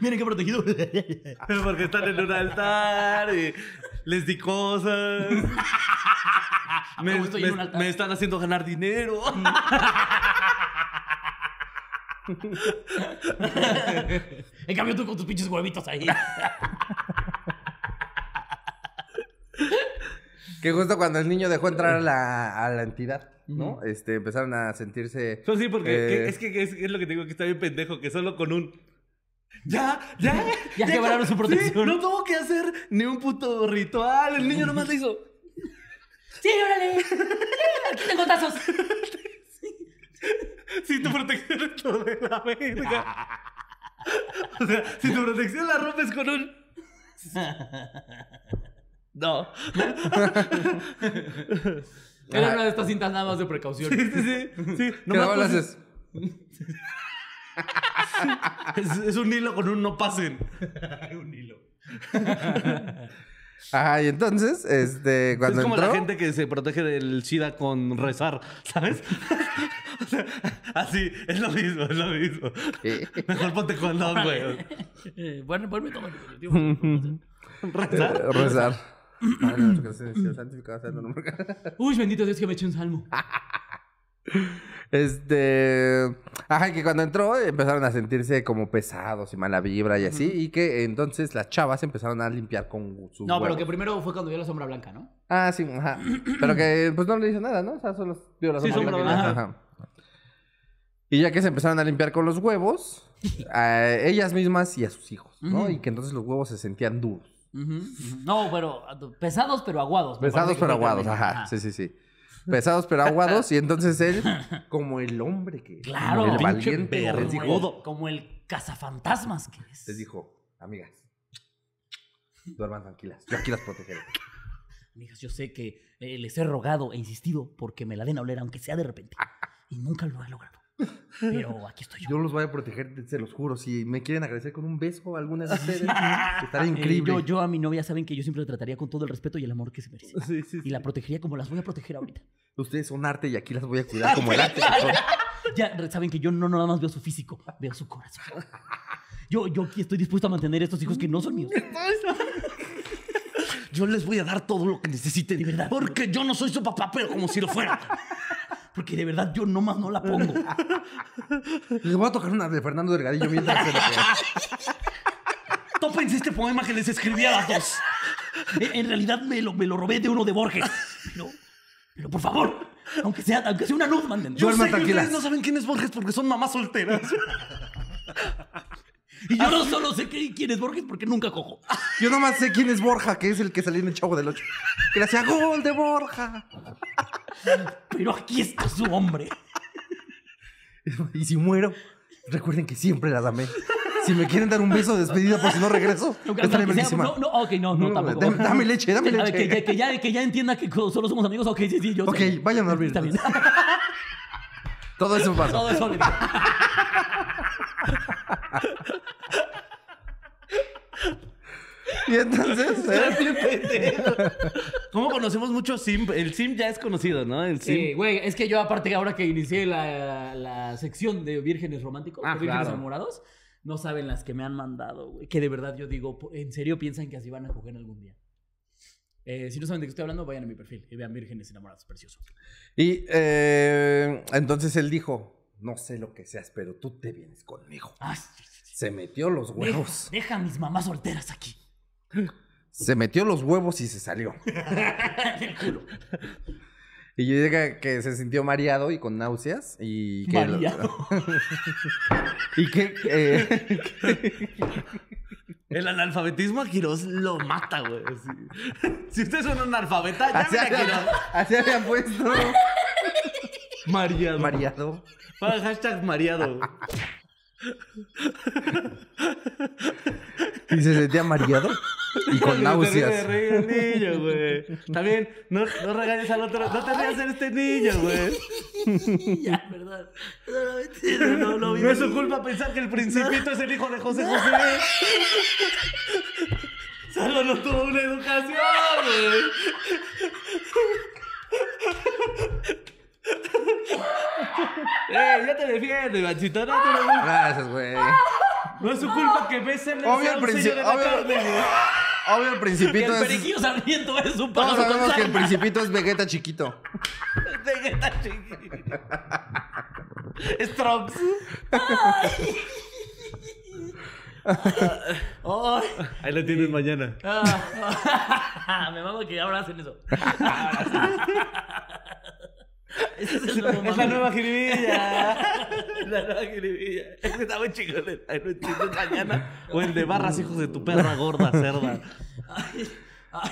C: Miren qué protegido.
D: Porque están en un altar y les di cosas. Me,
C: Me gustó ir a un
D: me-
C: altar.
D: me están haciendo ganar dinero.
C: en cambio tú con tus pinches huevitos ahí.
B: Que justo cuando el niño dejó entrar a la, a la entidad, ¿no? Este, empezaron a sentirse...
G: Pues sí, porque
B: eh,
G: que- es que es, es lo que te digo que está bien pendejo, que solo con un. Ya, ya.
C: Ya quebraron su
G: sí,
C: protección.
G: no tuvo que hacer ni un puto ritual. El niño nomás le hizo.
C: sí, órale. Aquí tengo tazos.
G: Si tu protección es lo de la verga. O sea, si tu protección la rompes con un. No.
C: Era una de estas cintas nada más de precaución.
G: Sí, sí, sí. sí.
B: ¿Qué
G: Nomás pues,
B: bolas
G: puse-
B: es?
G: es, es un hilo con un no pasen. un hilo.
B: Ajá, y entonces, este, cuando
D: es como
B: entró...
D: la gente que se protege del SIDA con rezar, ¿sabes? O sea, así, es lo mismo, es lo mismo. Mejor ponte condón, güey.
C: Eh, bueno, bueno, me tomo el dispositivo.
B: eh, rezar. Padre nuestro que estás en el cielo, santificado sea tu nombre.
C: Uy, bendito Dios que me eché un salmo.
B: Ah, Este. Ajá, y que cuando entró empezaron a sentirse como pesados y mala vibra y así. Y que entonces las chavas empezaron a limpiar con su.
C: No, pero que primero fue cuando vio la sombra blanca, ¿no?
B: Ah, sí, ajá. Pero que pues no le hizo nada, ¿no? O sea, solo vio las
G: Sí,
B: sombras
G: sombra
B: blancas,
G: blanca.
B: ajá. Y ya que se empezaron a limpiar con los huevos, a ellas mismas y a sus hijos, ¿no?
C: Ujú.
B: Y que entonces los huevos se sentían duros.
C: Ujú, ujú. No, pero pesados pero aguados. me
B: Pesados
C: parece
B: pero
C: que fue el
B: aguados,
C: término.
B: ajá. Sí, sí, sí. Pesados pero aguados. Y entonces él, como el hombre que es,
C: Claro.
B: como el
C: Pinche
B: valiente, les
C: Como,
B: dijo,
C: el, como el cazafantasmas que es.
B: Les dijo, amigas, duerman tranquilas, yo aquí las protegeré.
C: Amigas, yo sé que eh, les he rogado e insistido porque me la den a oler, aunque sea de repente. Y nunca lo he logrado. Pero aquí estoy yo.
B: Yo los voy a proteger, se los juro. Si me quieren agradecer con un beso a alguna de ustedes, estará
C: Eh,
B: increíble.
C: yo, yo a mi novia saben que yo siempre la trataría con todo el respeto y el amor que se merece. Y la protegería como las voy a proteger ahorita.
B: Ustedes son arte y aquí las voy a cuidar como el arte. que son.
C: Ya re- saben que yo no nada más veo su físico, veo su corazón. Yo, yo aquí estoy dispuesto a mantener estos hijos que no son míos.
D: Yo les voy a dar todo lo que necesiten.
C: De verdad.
D: Porque yo no soy su papá, pero como si lo fuera.
C: Porque de verdad yo nomás no la pongo.
B: Les voy a tocar una de Fernando Delgadillo mientras se lo
D: Tópense este poema que les escribí a las dos.
C: En, en realidad me lo, me lo robé de uno de Borges. Pero Pero por favor, aunque sea, aunque sea una luz, mándenme.
D: Yo
E: Duerman
D: sé que
E: tranquilas.
D: ustedes no saben quién es Borges porque son mamás solteras.
C: Y yo no solo sé qué- quién es Borges porque nunca cojo.
E: Yo nomás sé quién es Borja, que es el que salió en el Chavo del Ocho. Que le hacía gol de Borja.
C: Pero aquí está su hombre.
E: Y si muero, recuerden que siempre las amé. Si me quieren dar un beso de despedida por si no regreso,
C: Aunque-
E: estaré
C: aunque sea-
E: bellísima.
C: no, no, ok, no, no,
E: No,
C: tampoco.
E: Mm, dame- dame leche, dame
C: A ver,
E: leche.
C: Que, que- que ya, que ya entienda que solo somos amigos. Ok, sí, sí, yo
E: Ok,
C: sé.
E: vayan a dormir,
C: Está bien.
E: Todo eso pasa.
C: Todo eso le digo.
E: Y entonces, ¿eh?
D: ¿Cómo conocemos mucho Sim? El Sim ya es conocido, ¿no? El Sim.
C: Sí, Eh, güey, es que yo aparte ahora que inicié la, la sección de vírgenes románticos,
D: Ah,
C: de vírgenes
D: claro.
C: enamorados, no saben las que me han mandado, güey. Que de verdad yo digo, po- en serio piensan que así van a coger algún día. Eh, si no saben de qué estoy hablando, vayan a mi perfil y vean vírgenes enamorados, precioso.
B: Y eh,
E: entonces él dijo, no sé lo que seas, pero tú te vienes conmigo.
C: Ay,
E: Se metió los
C: deja,
E: huevos.
C: deja a mis mamás solteras aquí.
E: Se metió los huevos y se salió.
C: Del culo.
B: Y yo diga que se sintió mareado y con náuseas. Y que.
C: Mareado.
B: Y que. eh,
D: El analfabetismo a Quirós lo mata, güey. Sí. Si usted es un analfabeta,
B: así,
D: llamen a
B: había,
D: Quirós.
B: así había puesto.
D: Mariado.
B: Mareado.
D: Para el Ah, hashtag mariado.
B: Y se sentía mareado. Y con
D: No
B: náuseas.
D: te rías del niño, güey. También, no, no regañes al otro. No te rías de este niño, güey.
C: ya, ¿verdad? Solamente no lo vi.
D: No es su culpa pensar que el principito es el hijo de José José. Solo no tuvo una educación, güey. Eh, ya te defiendo, Ivancito, no te preocupes.
B: Gracias, güey.
D: No es su culpa que besen
B: Obvio
D: a
B: el
D: un señor
B: principio.
D: en la carne,
B: Obvio,
D: güey.
B: obvio el
C: Que el
B: principito es.
C: periquillo sarmiento es un
B: Todos
C: pájaro con
B: sabemos que el
C: sarna.
B: principito es Vegeta chiquito.
D: Vegeta chiquito. Strokes.
C: Ay.
D: Ahí lo tienes mañana.
C: Ah, me mamo que ahora hacen eso. Ese es el nuevo
D: Es la
C: mame.
D: nueva jiribilla. La nueva jiribilla. Es que está muy chingón. el- Ay, no entiendo, mañana. O el de barras, hijos de tu perra gorda, cerda.
C: Ay, ay.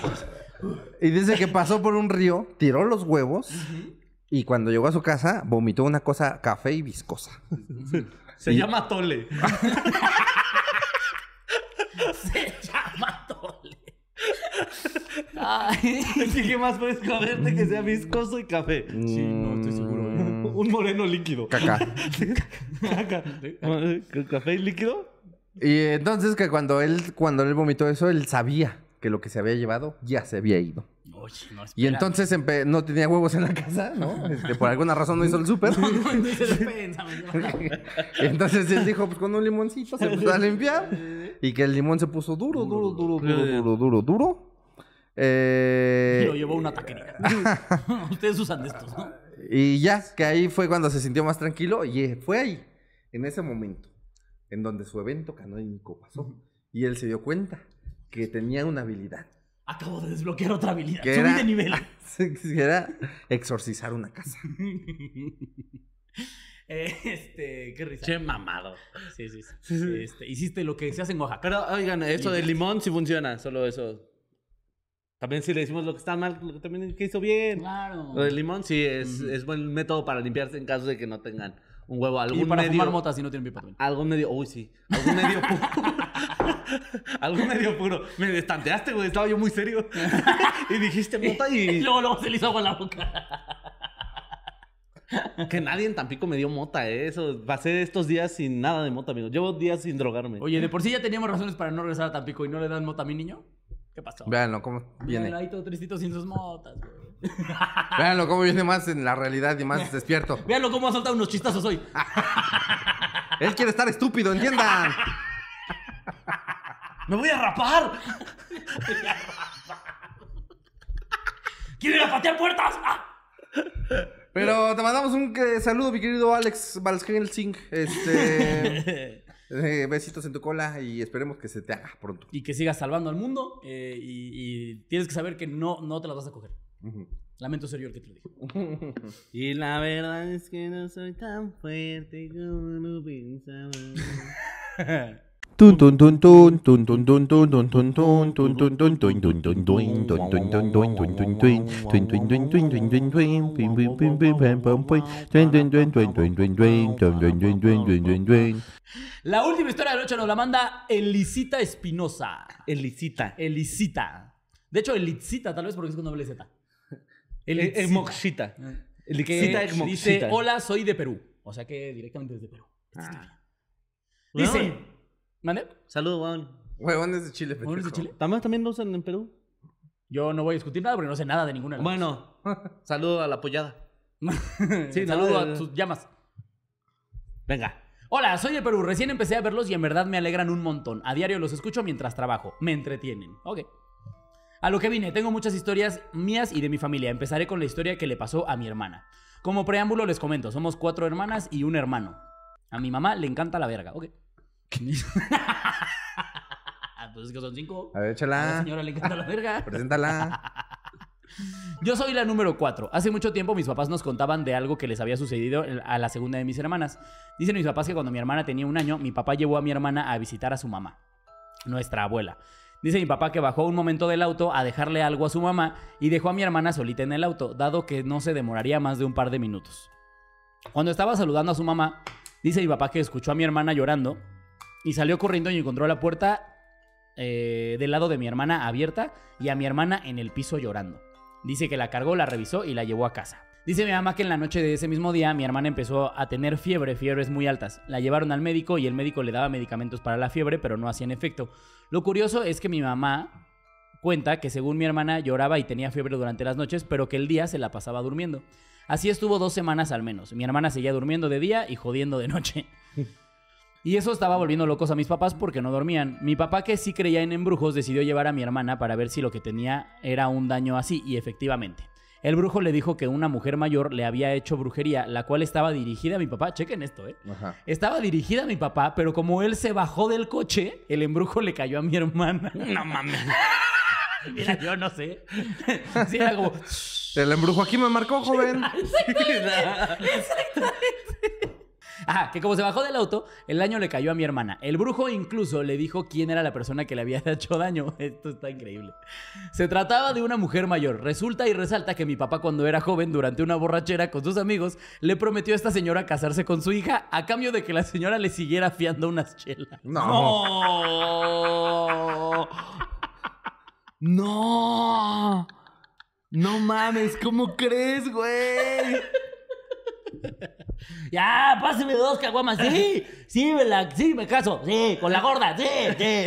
B: Y dice que pasó por un río, tiró los huevos. Y cuando llegó a su casa, vomitó una cosa café y viscosa.
D: Se llama Tole.
C: Se llama Tole. Ay.
D: Así que más puedes comerte que sea viscoso y café. Sí, no, estoy seguro. ¿eh? Un moreno líquido.
B: Mm, Caca.
D: Caca. ¿Con ¿Café y líquido?
B: Y entonces que cuando él, cuando él vomitó eso, él sabía que lo que se había llevado ya se había ido.
C: Oye, no, espera.
B: Y entonces empe- no tenía huevos en la casa, ¿no? Este, por alguna razón no hizo el súper.
C: No, no, no se despensa, mi hermano.
B: Entonces él dijo, pues con un limoncito se puso a limpiar. Y que el limón se puso duro, duro, duro, duro, duro, duro, duro.
C: Y Lo
B: Eh,
C: llevó a una taquería. Ustedes usan de estos, ¿no?
B: y ya, que ahí fue cuando se sintió más tranquilo. Y eh, fue ahí, en ese momento, en donde su evento canónico pasó. Y él se dio cuenta que tenía una habilidad.
C: Acabo de desbloquear otra habilidad.
B: ¿Qué
C: Subí
B: era?
C: de nivel.
B: que era exorcizar una casa.
C: Eh, este, qué risa.
D: Che, mamado.
C: Sí, sí, sí. Este, hiciste lo que se hace en Oaxaca.
D: Pero oigan, eso del limón sí funciona, solo eso. También si le decimos lo que está mal, lo que también que hizo bien.
C: Claro.
D: Lo del limón sí es, es buen método para limpiarse en caso de que no tengan un huevo, algún
C: Y para
D: medio.
C: fumar mota si no tienen pipa también.
D: Algún medio, uy sí, algún medio puro. algún medio puro. Me destanteaste, güey, estaba yo muy serio. y dijiste mota
C: Y
D: y
C: luego, luego se le hizo agua en la boca.
D: que nadie en Tampico me dio mota, eh. Eso, pasé estos días sin nada de mota, amigo. Llevo días sin drogarme.
C: Oye, de por sí ya teníamos razones para no regresar a Tampico y no le dan mota a mi niño. ¿Qué pasó?
B: Véanlo cómo
C: Mira,
B: viene.
C: Ahí todo tristito sin sus motas, güey.
B: Véanlo cómo viene más en la realidad y más despierto.
C: Véanlo cómo ha soltado unos chistazos hoy.
B: Él quiere estar estúpido, entiendan.
D: ¡Me voy a rapar!
C: ¿Quieren ir a patear puertas? ¡Ah!
B: Pero te mandamos un eh, saludo, mi querido Alex Valskelsing. Este. eh, besitos en tu cola y esperemos que se te haga pronto.
C: Y que sigas salvando al mundo. eh, y, y tienes que saber que no, no te las vas a coger. Lamento ser yo el que te lo digo.
G: Y la verdad es que no soy tan fuerte como no pensaba.
E: Tun tun tun tun tun tun tun tun tun tun tun tun tun tun tun tun tun tun tun tun tun tun tun tun tun tun tun tun tun tun tun tun pim pim pim pim pam pam pam tun tun tun tun tun tun tun tun tun tun tun tun tun tun
C: La última historia de la noche nos la manda Elisita Espinosa.
G: Elicita.
C: Elisita. De hecho, Elisita, tal vez porque es con doble Z. Eh,
G: Emoxita. Elicita
C: Que dice,
G: Emoxita.
C: hola, soy de Perú. O sea que directamente desde Perú. Dice,
G: Weón.
C: ¿mande?
G: Saludos, weón.
B: Huevón es de Chile,
C: ¿Cómo eres de
B: pendejo.
C: Chile?
G: ¿También, también lo usan en Perú.
C: Yo no voy a discutir nada porque no sé nada de ninguna. de las
G: Bueno, saludo a la pollada.
C: dos.
G: sí, no,
C: saludo
G: eh,
C: a tus llamas.
G: Venga.
C: Hola, soy de Perú. Recién empecé a verlos y en verdad me alegran un montón. A diario los escucho mientras trabajo. Me entretienen. Ok. A lo que vine, tengo muchas historias mías y de mi familia. Empezaré con la historia que le pasó a mi hermana. Como preámbulo les comento, somos cuatro hermanas y un hermano. A mi mamá le encanta la verga. Ok. pues es que son cinco.
G: Ah.
B: A ver,
C: A la
B: échala.
C: señora le encanta la verga.
B: Preséntala.
C: Yo soy la número 4. Hace mucho tiempo mis papás nos contaban de algo que les había sucedido en- a la segunda de mis hermanas. Dicen mis papás que cuando mi hermana tenía un año, mi papá llevó a mi hermana a visitar a su mamá, nuestra abuela. Dice mi papá que bajó un momento del auto a dejarle algo a su mamá y dejó a mi hermana solita en el auto, dado que no se demoraría más de un par de minutos. Cuando estaba saludando a su mamá, dice mi papá que escuchó a mi hermana llorando y salió corriendo y encontró la puerta eh, del lado de mi hermana abierta y a mi hermana en el piso llorando. Dice que la cargó, la revisó y la llevó a casa. Dice mi mamá que en la noche de ese mismo día mi hermana empezó a tener fiebre, fiebres muy altas. La llevaron al médico y el médico le daba medicamentos para la fiebre, pero no hacían efecto. Lo curioso es que mi mamá cuenta que según mi hermana lloraba y tenía fiebre durante las noches, pero que el día se la pasaba durmiendo. Así estuvo dos semanas al menos. Mi hermana seguía durmiendo de día y jodiendo de noche. Y eso estaba volviendo locos a mis papás porque no dormían. Mi papá, que sí creía en embrujos, decidió llevar a mi hermana para ver si lo que tenía era un daño así, y efectivamente. El brujo le dijo que una mujer mayor le había hecho brujería, la cual estaba dirigida a mi papá. Chequen esto, ¿eh?
B: Ajá.
C: Estaba dirigida a mi papá, pero como él se bajó del coche, el embrujo le cayó a mi hermana. No mames. Mira, yo no sé. Sí, era como...
B: El embrujo aquí me marcó, joven.
C: Ajá, ah, que como se bajó del auto, el daño le cayó a mi hermana. El brujo incluso le dijo quién era la persona que le había hecho daño. Esto está increíble. Se trataba de una mujer mayor. Resulta y resalta que mi papá cuando era joven, durante una borrachera con sus amigos, le prometió a esta señora casarse con su hija a cambio de que la señora le siguiera fiando unas chelas.
B: No.
G: ¡No! ¡No! No mames, ¿cómo crees, güey?
C: Ya, páseme dos caguamas. Sí, sí, me la- sí, me caso. Sí, con la gorda. Sí, sí.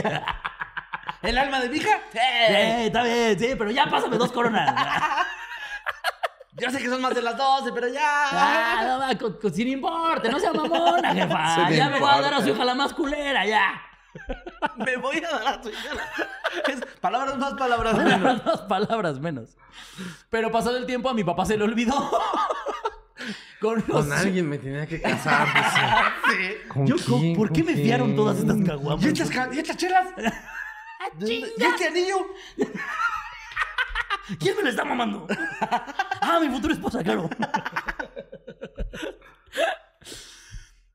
G: ¿El alma de mi hija?
C: Sí, está bien, sí, pero ya pásame dos coronas.
G: Yo sé que son más de las 12, pero ya.
C: Ah, no, va, con- con- sin importe, no sea mamona, jefa.
B: Sin
C: ya me voy a dar a
B: importe.
C: su hija la más culera, ya.
G: Me voy a dar a tu hija. Es palabras más, palabras menos.
C: Dos palabras menos. Pero pasado el tiempo, a mi papá se le olvidó. Con los-
B: Con alguien me tenía que casar. dice. ¿Con
G: Yo,
B: quién?
G: ¿Por qué
B: ¿Con
G: me fiaron
B: quién?
G: todas estas caguamas?
F: ¿Y estas, ca- y estas chelas? ¿Y este anillo?
C: ¿Quién me lo está mamando? Ah, mi futura esposa, claro.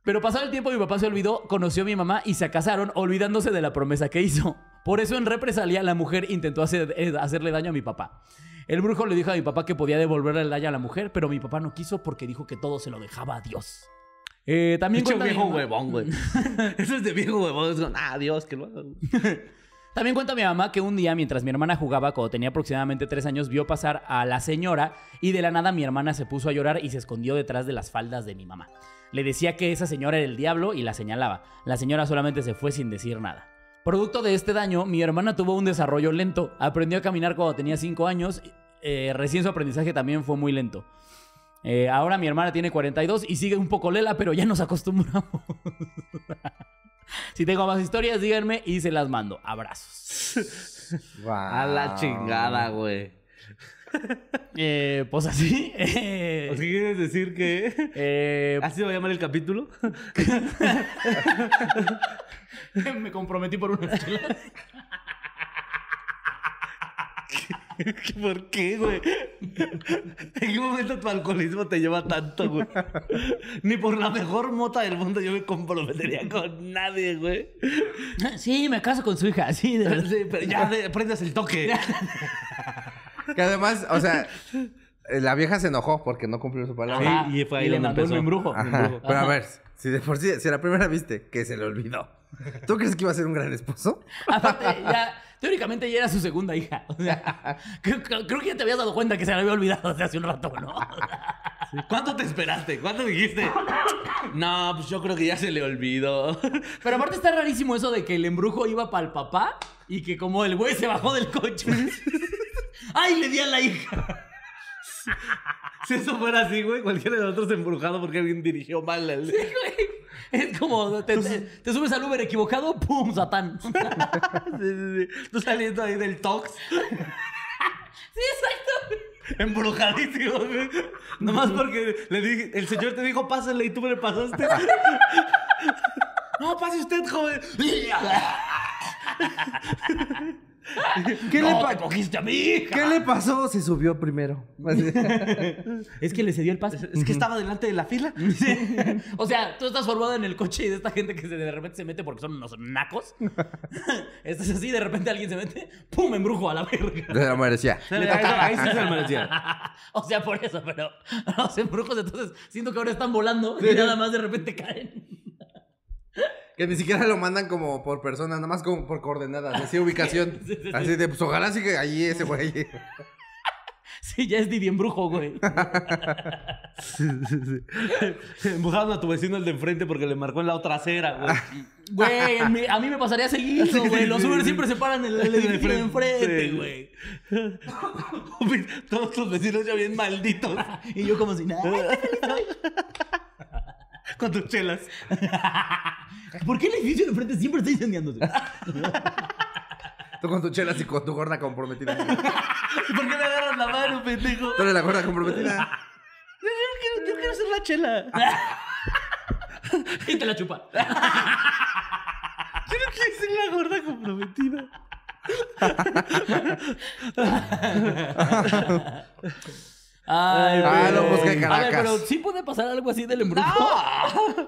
C: Pero pasado el tiempo, mi papá se olvidó, conoció a mi mamá y se casaron, olvidándose de la promesa que hizo. Por eso, en represalia, la mujer intentó hacer- eh, hacerle daño a mi papá. El brujo le dijo a mi papá que podía devolverle el daño a la mujer, pero mi papá no quiso porque dijo que todo se lo dejaba a Dios. Eh, también
G: Pinche
C: cuenta mi
G: viejo
C: mamá-
G: huevón, güey. Eso es de viejo huevón. Es como, ah, Dios, que lo haga.
C: También cuenta mi mamá que un día, mientras mi hermana jugaba, cuando tenía aproximadamente tres años, vio pasar a la señora y de la nada mi hermana se puso a llorar y se escondió detrás de las faldas de mi mamá. Le decía que esa señora era el diablo y la señalaba. La señora solamente se fue sin decir nada. Producto de este daño, mi hermana tuvo un desarrollo lento. Aprendió a caminar cuando tenía cinco años. eh, recién su aprendizaje también fue muy lento. Eh, ahora mi hermana tiene 42 y sigue un poco lela, pero ya nos acostumbramos. si tengo más historias, díganme y se las mando. Abrazos.
G: A
F: Ah.
G: la chingada, güey.
C: Eh, pues así. eh,
G: ¿O sea, ¿Quieres decir que
C: eh,
G: así se va a llamar el capítulo?
C: me comprometí por unas chelas.
D: ¿Por qué, güey? ¿En qué momento tu alcoholismo te lleva tanto, güey? Ni por la mejor mota del mundo yo me comprometería con nadie, güey.
C: Sí, me caso con su hija, sí, pues. de verdad.
D: Sí, pero ya de- prendas el toque.
B: Que además, o sea, eh, la vieja se enojó porque no cumplió su palabra.
C: Ajá,
D: y fue ahí
C: le
D: donde
C: mandó un
D: empezó.
C: embrujo.
B: Ajá.
C: embrujo.
B: Pero a
C: Ajá.
B: ver, si de por sí, si la primera viste que se le olvidó, ¿tú crees que iba a ser un gran esposo?
C: Aparte, ya, teóricamente ya era su segunda hija. O sea, creo, creo- creo que ya te habías dado cuenta que se la había olvidado desde hace un rato, ¿no?
D: ¿Cuánto te esperaste? ¿Cuánto dijiste? No, pues yo creo que ya se le olvidó.
C: Pero aparte está rarísimo eso de que el embrujo iba para el papá y que como el güey se bajó del coche. ¡Ay, le di a la hija!
D: Si eso fuera así, güey, cualquiera de nosotros embrujado porque alguien dirigió mal el...
C: Güey, Es como, te, te- te subes al Uber equivocado, ¡pum! Satán. Sí,
D: Sí, sí, sí. Tú saliendo ahí del tox,
C: exacto.
D: embrujadísimo, güey. Nomás porque le dije, el señor te dijo, pásale y tú me le pasaste. No, pase usted, joven.
B: ¿Qué,
C: no,
B: le, pa-
C: te cogiste a mi hija.
B: ¿Qué le pasó? Se subió primero. Así.
C: Es que le cedió el pase.
D: Es que estaba delante de la fila.
C: O sea, tú estás formado en el coche y de esta gente que se- de repente se mete porque son unos nacos. Estás así, de repente alguien se mete, ¡pum! embrujo a la verga.
B: Se lo merecía.
D: Ahí sí se lo merecía.
C: O sea, por eso, pero los embrujos entonces siento que ahora están volando y nada más de repente caen.
B: Que ni siquiera lo mandan como por persona, nada más como por coordenadas, así ubicación.
C: Sí, sí, sí.
B: Así de, pues ojalá sí que allí ese güey.
C: Sí, ya es Didi embrujo, güey.
D: Empujaron a tu vecino el de enfrente porque le marcó en la otra acera, güey.
C: Güey, en mi- a mí me pasaría seguido, güey. Los Uber siempre se paran en el, el edificio de enfrente,
D: Sí.
C: güey.
D: Todos tus vecinos ya bien malditos.
C: Y yo como si nada.
D: Con tus chelas.
C: ¿Por qué el edificio de enfrente siempre está incendiándose?
B: Tú con tu chela y con tu gorda comprometida.
D: ¿Por qué me agarras la mano, pendejo?
B: Tú eres la gorda comprometida.
D: Yo quiero, yo quiero hacer la chela.
C: Y te la chupa.
D: Yo no quiero ser la gorda comprometida.
C: Ay,
B: Ah,
C: güey.
B: no, pues, qué
C: A ver,
B: caracas.
C: pero sí puede pasar algo así del embrujo.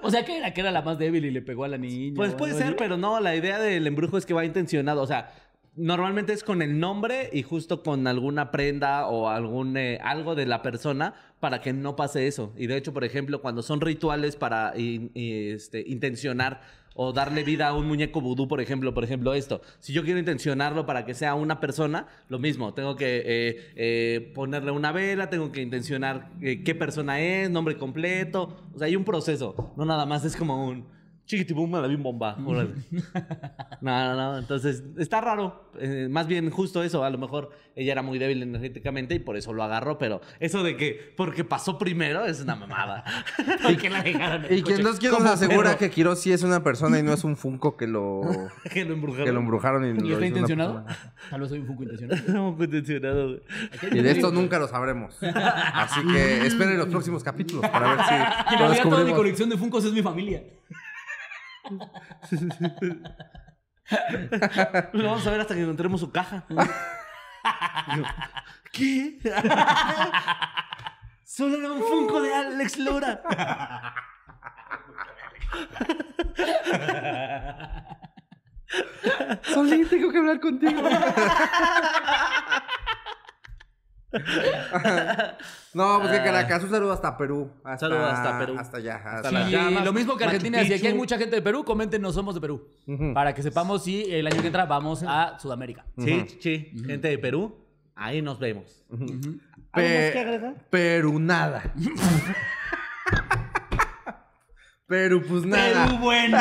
C: O sea, que era que era la más débil y le pegó a la niña.
D: Pues
C: o
D: puede
C: algo
D: ser,
C: así.
D: pero no, la idea del embrujo es que va intencionado. O sea, normalmente es con el nombre y justo con alguna prenda o algún eh, algo de la persona para que no pase eso. Y de hecho, por ejemplo, cuando son rituales para in- y, este, intencionar o darle vida a un muñeco vudú, por ejemplo, por ejemplo esto. Si yo quiero intencionarlo para que sea una persona, lo mismo. Tengo que eh, eh, ponerle una vela, tengo que intencionar eh, qué persona es, nombre completo. O sea, hay un proceso. No nada más es como un... Chiquitibum a la bim bomba. Órale. no, no, no. Entonces, está raro. Eh, más bien justo eso. A lo mejor ella era muy débil energéticamente y por eso lo agarró, pero eso de que porque pasó primero es una mamada.
C: Y que la dejaron en el
B: Y quien
C: coche.
B: nos quiere nos asegura que Quiroz sí es una persona y no es un Funko que lo,
D: que lo embrujaron.
B: que lo embrujaron. ¿Y, lo
C: ¿Y
B: hizo
C: está
B: una
C: intencionado?
B: persona.
C: Tal vez soy un funko intencional.
D: No, fue intencionado, güey.
B: Y de esto nunca lo sabremos. Así que esperen los próximos capítulos para ver si
C: Que en
B: lo
C: realidad toda mi
B: descubrimos.
C: colección de funcos es mi familia.
D: Lo vamos a ver hasta que encontremos su caja. ¿Qué? Solo era un funko de Alex Lora.
B: Solín, tengo que hablar contigo. No, pues qué caracas. Un saludo hasta Perú. Hasta,
D: Ah. Saludo hasta Perú.
B: Hasta allá. Hasta
D: las
C: Y
D: llamas,
C: lo mismo que
D: Machu
C: Argentina, si aquí hay
D: Picchu.
C: mucha gente de Perú, coméntenos somos de Perú. Para que sepamos si el año que entra vamos a Sudamérica.
D: Sí, sí. Gente de Perú, ahí nos vemos.
B: Pe- Perunada. Perú, pues nada.
D: Perú bueno.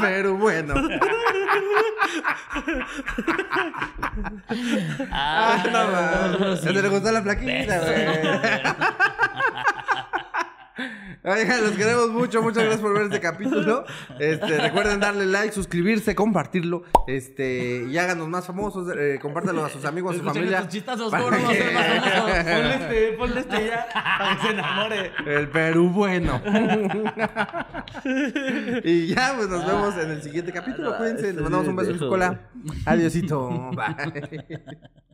B: Pero bueno. Ah, no, no, Se le gustó la flaquita, güey. Oigan, los queremos mucho. Muchas gracias por ver este capítulo. Este, recuerden darle like, suscribirse, compartirlo. Este, y háganos más famosos. Eh, compártanlo a sus amigos, a su
C: Escuchen
B: familia.
C: estos chistazos,
B: para
C: ¿cómo no va a ser más
B: que-
C: famoso?
D: Ponle este, ponle este ya para que se enamore.
B: El Perú bueno. y ya, pues nos vemos en el siguiente capítulo. Cuídense, les mandamos un beso en su cola. Adiosito. Bye.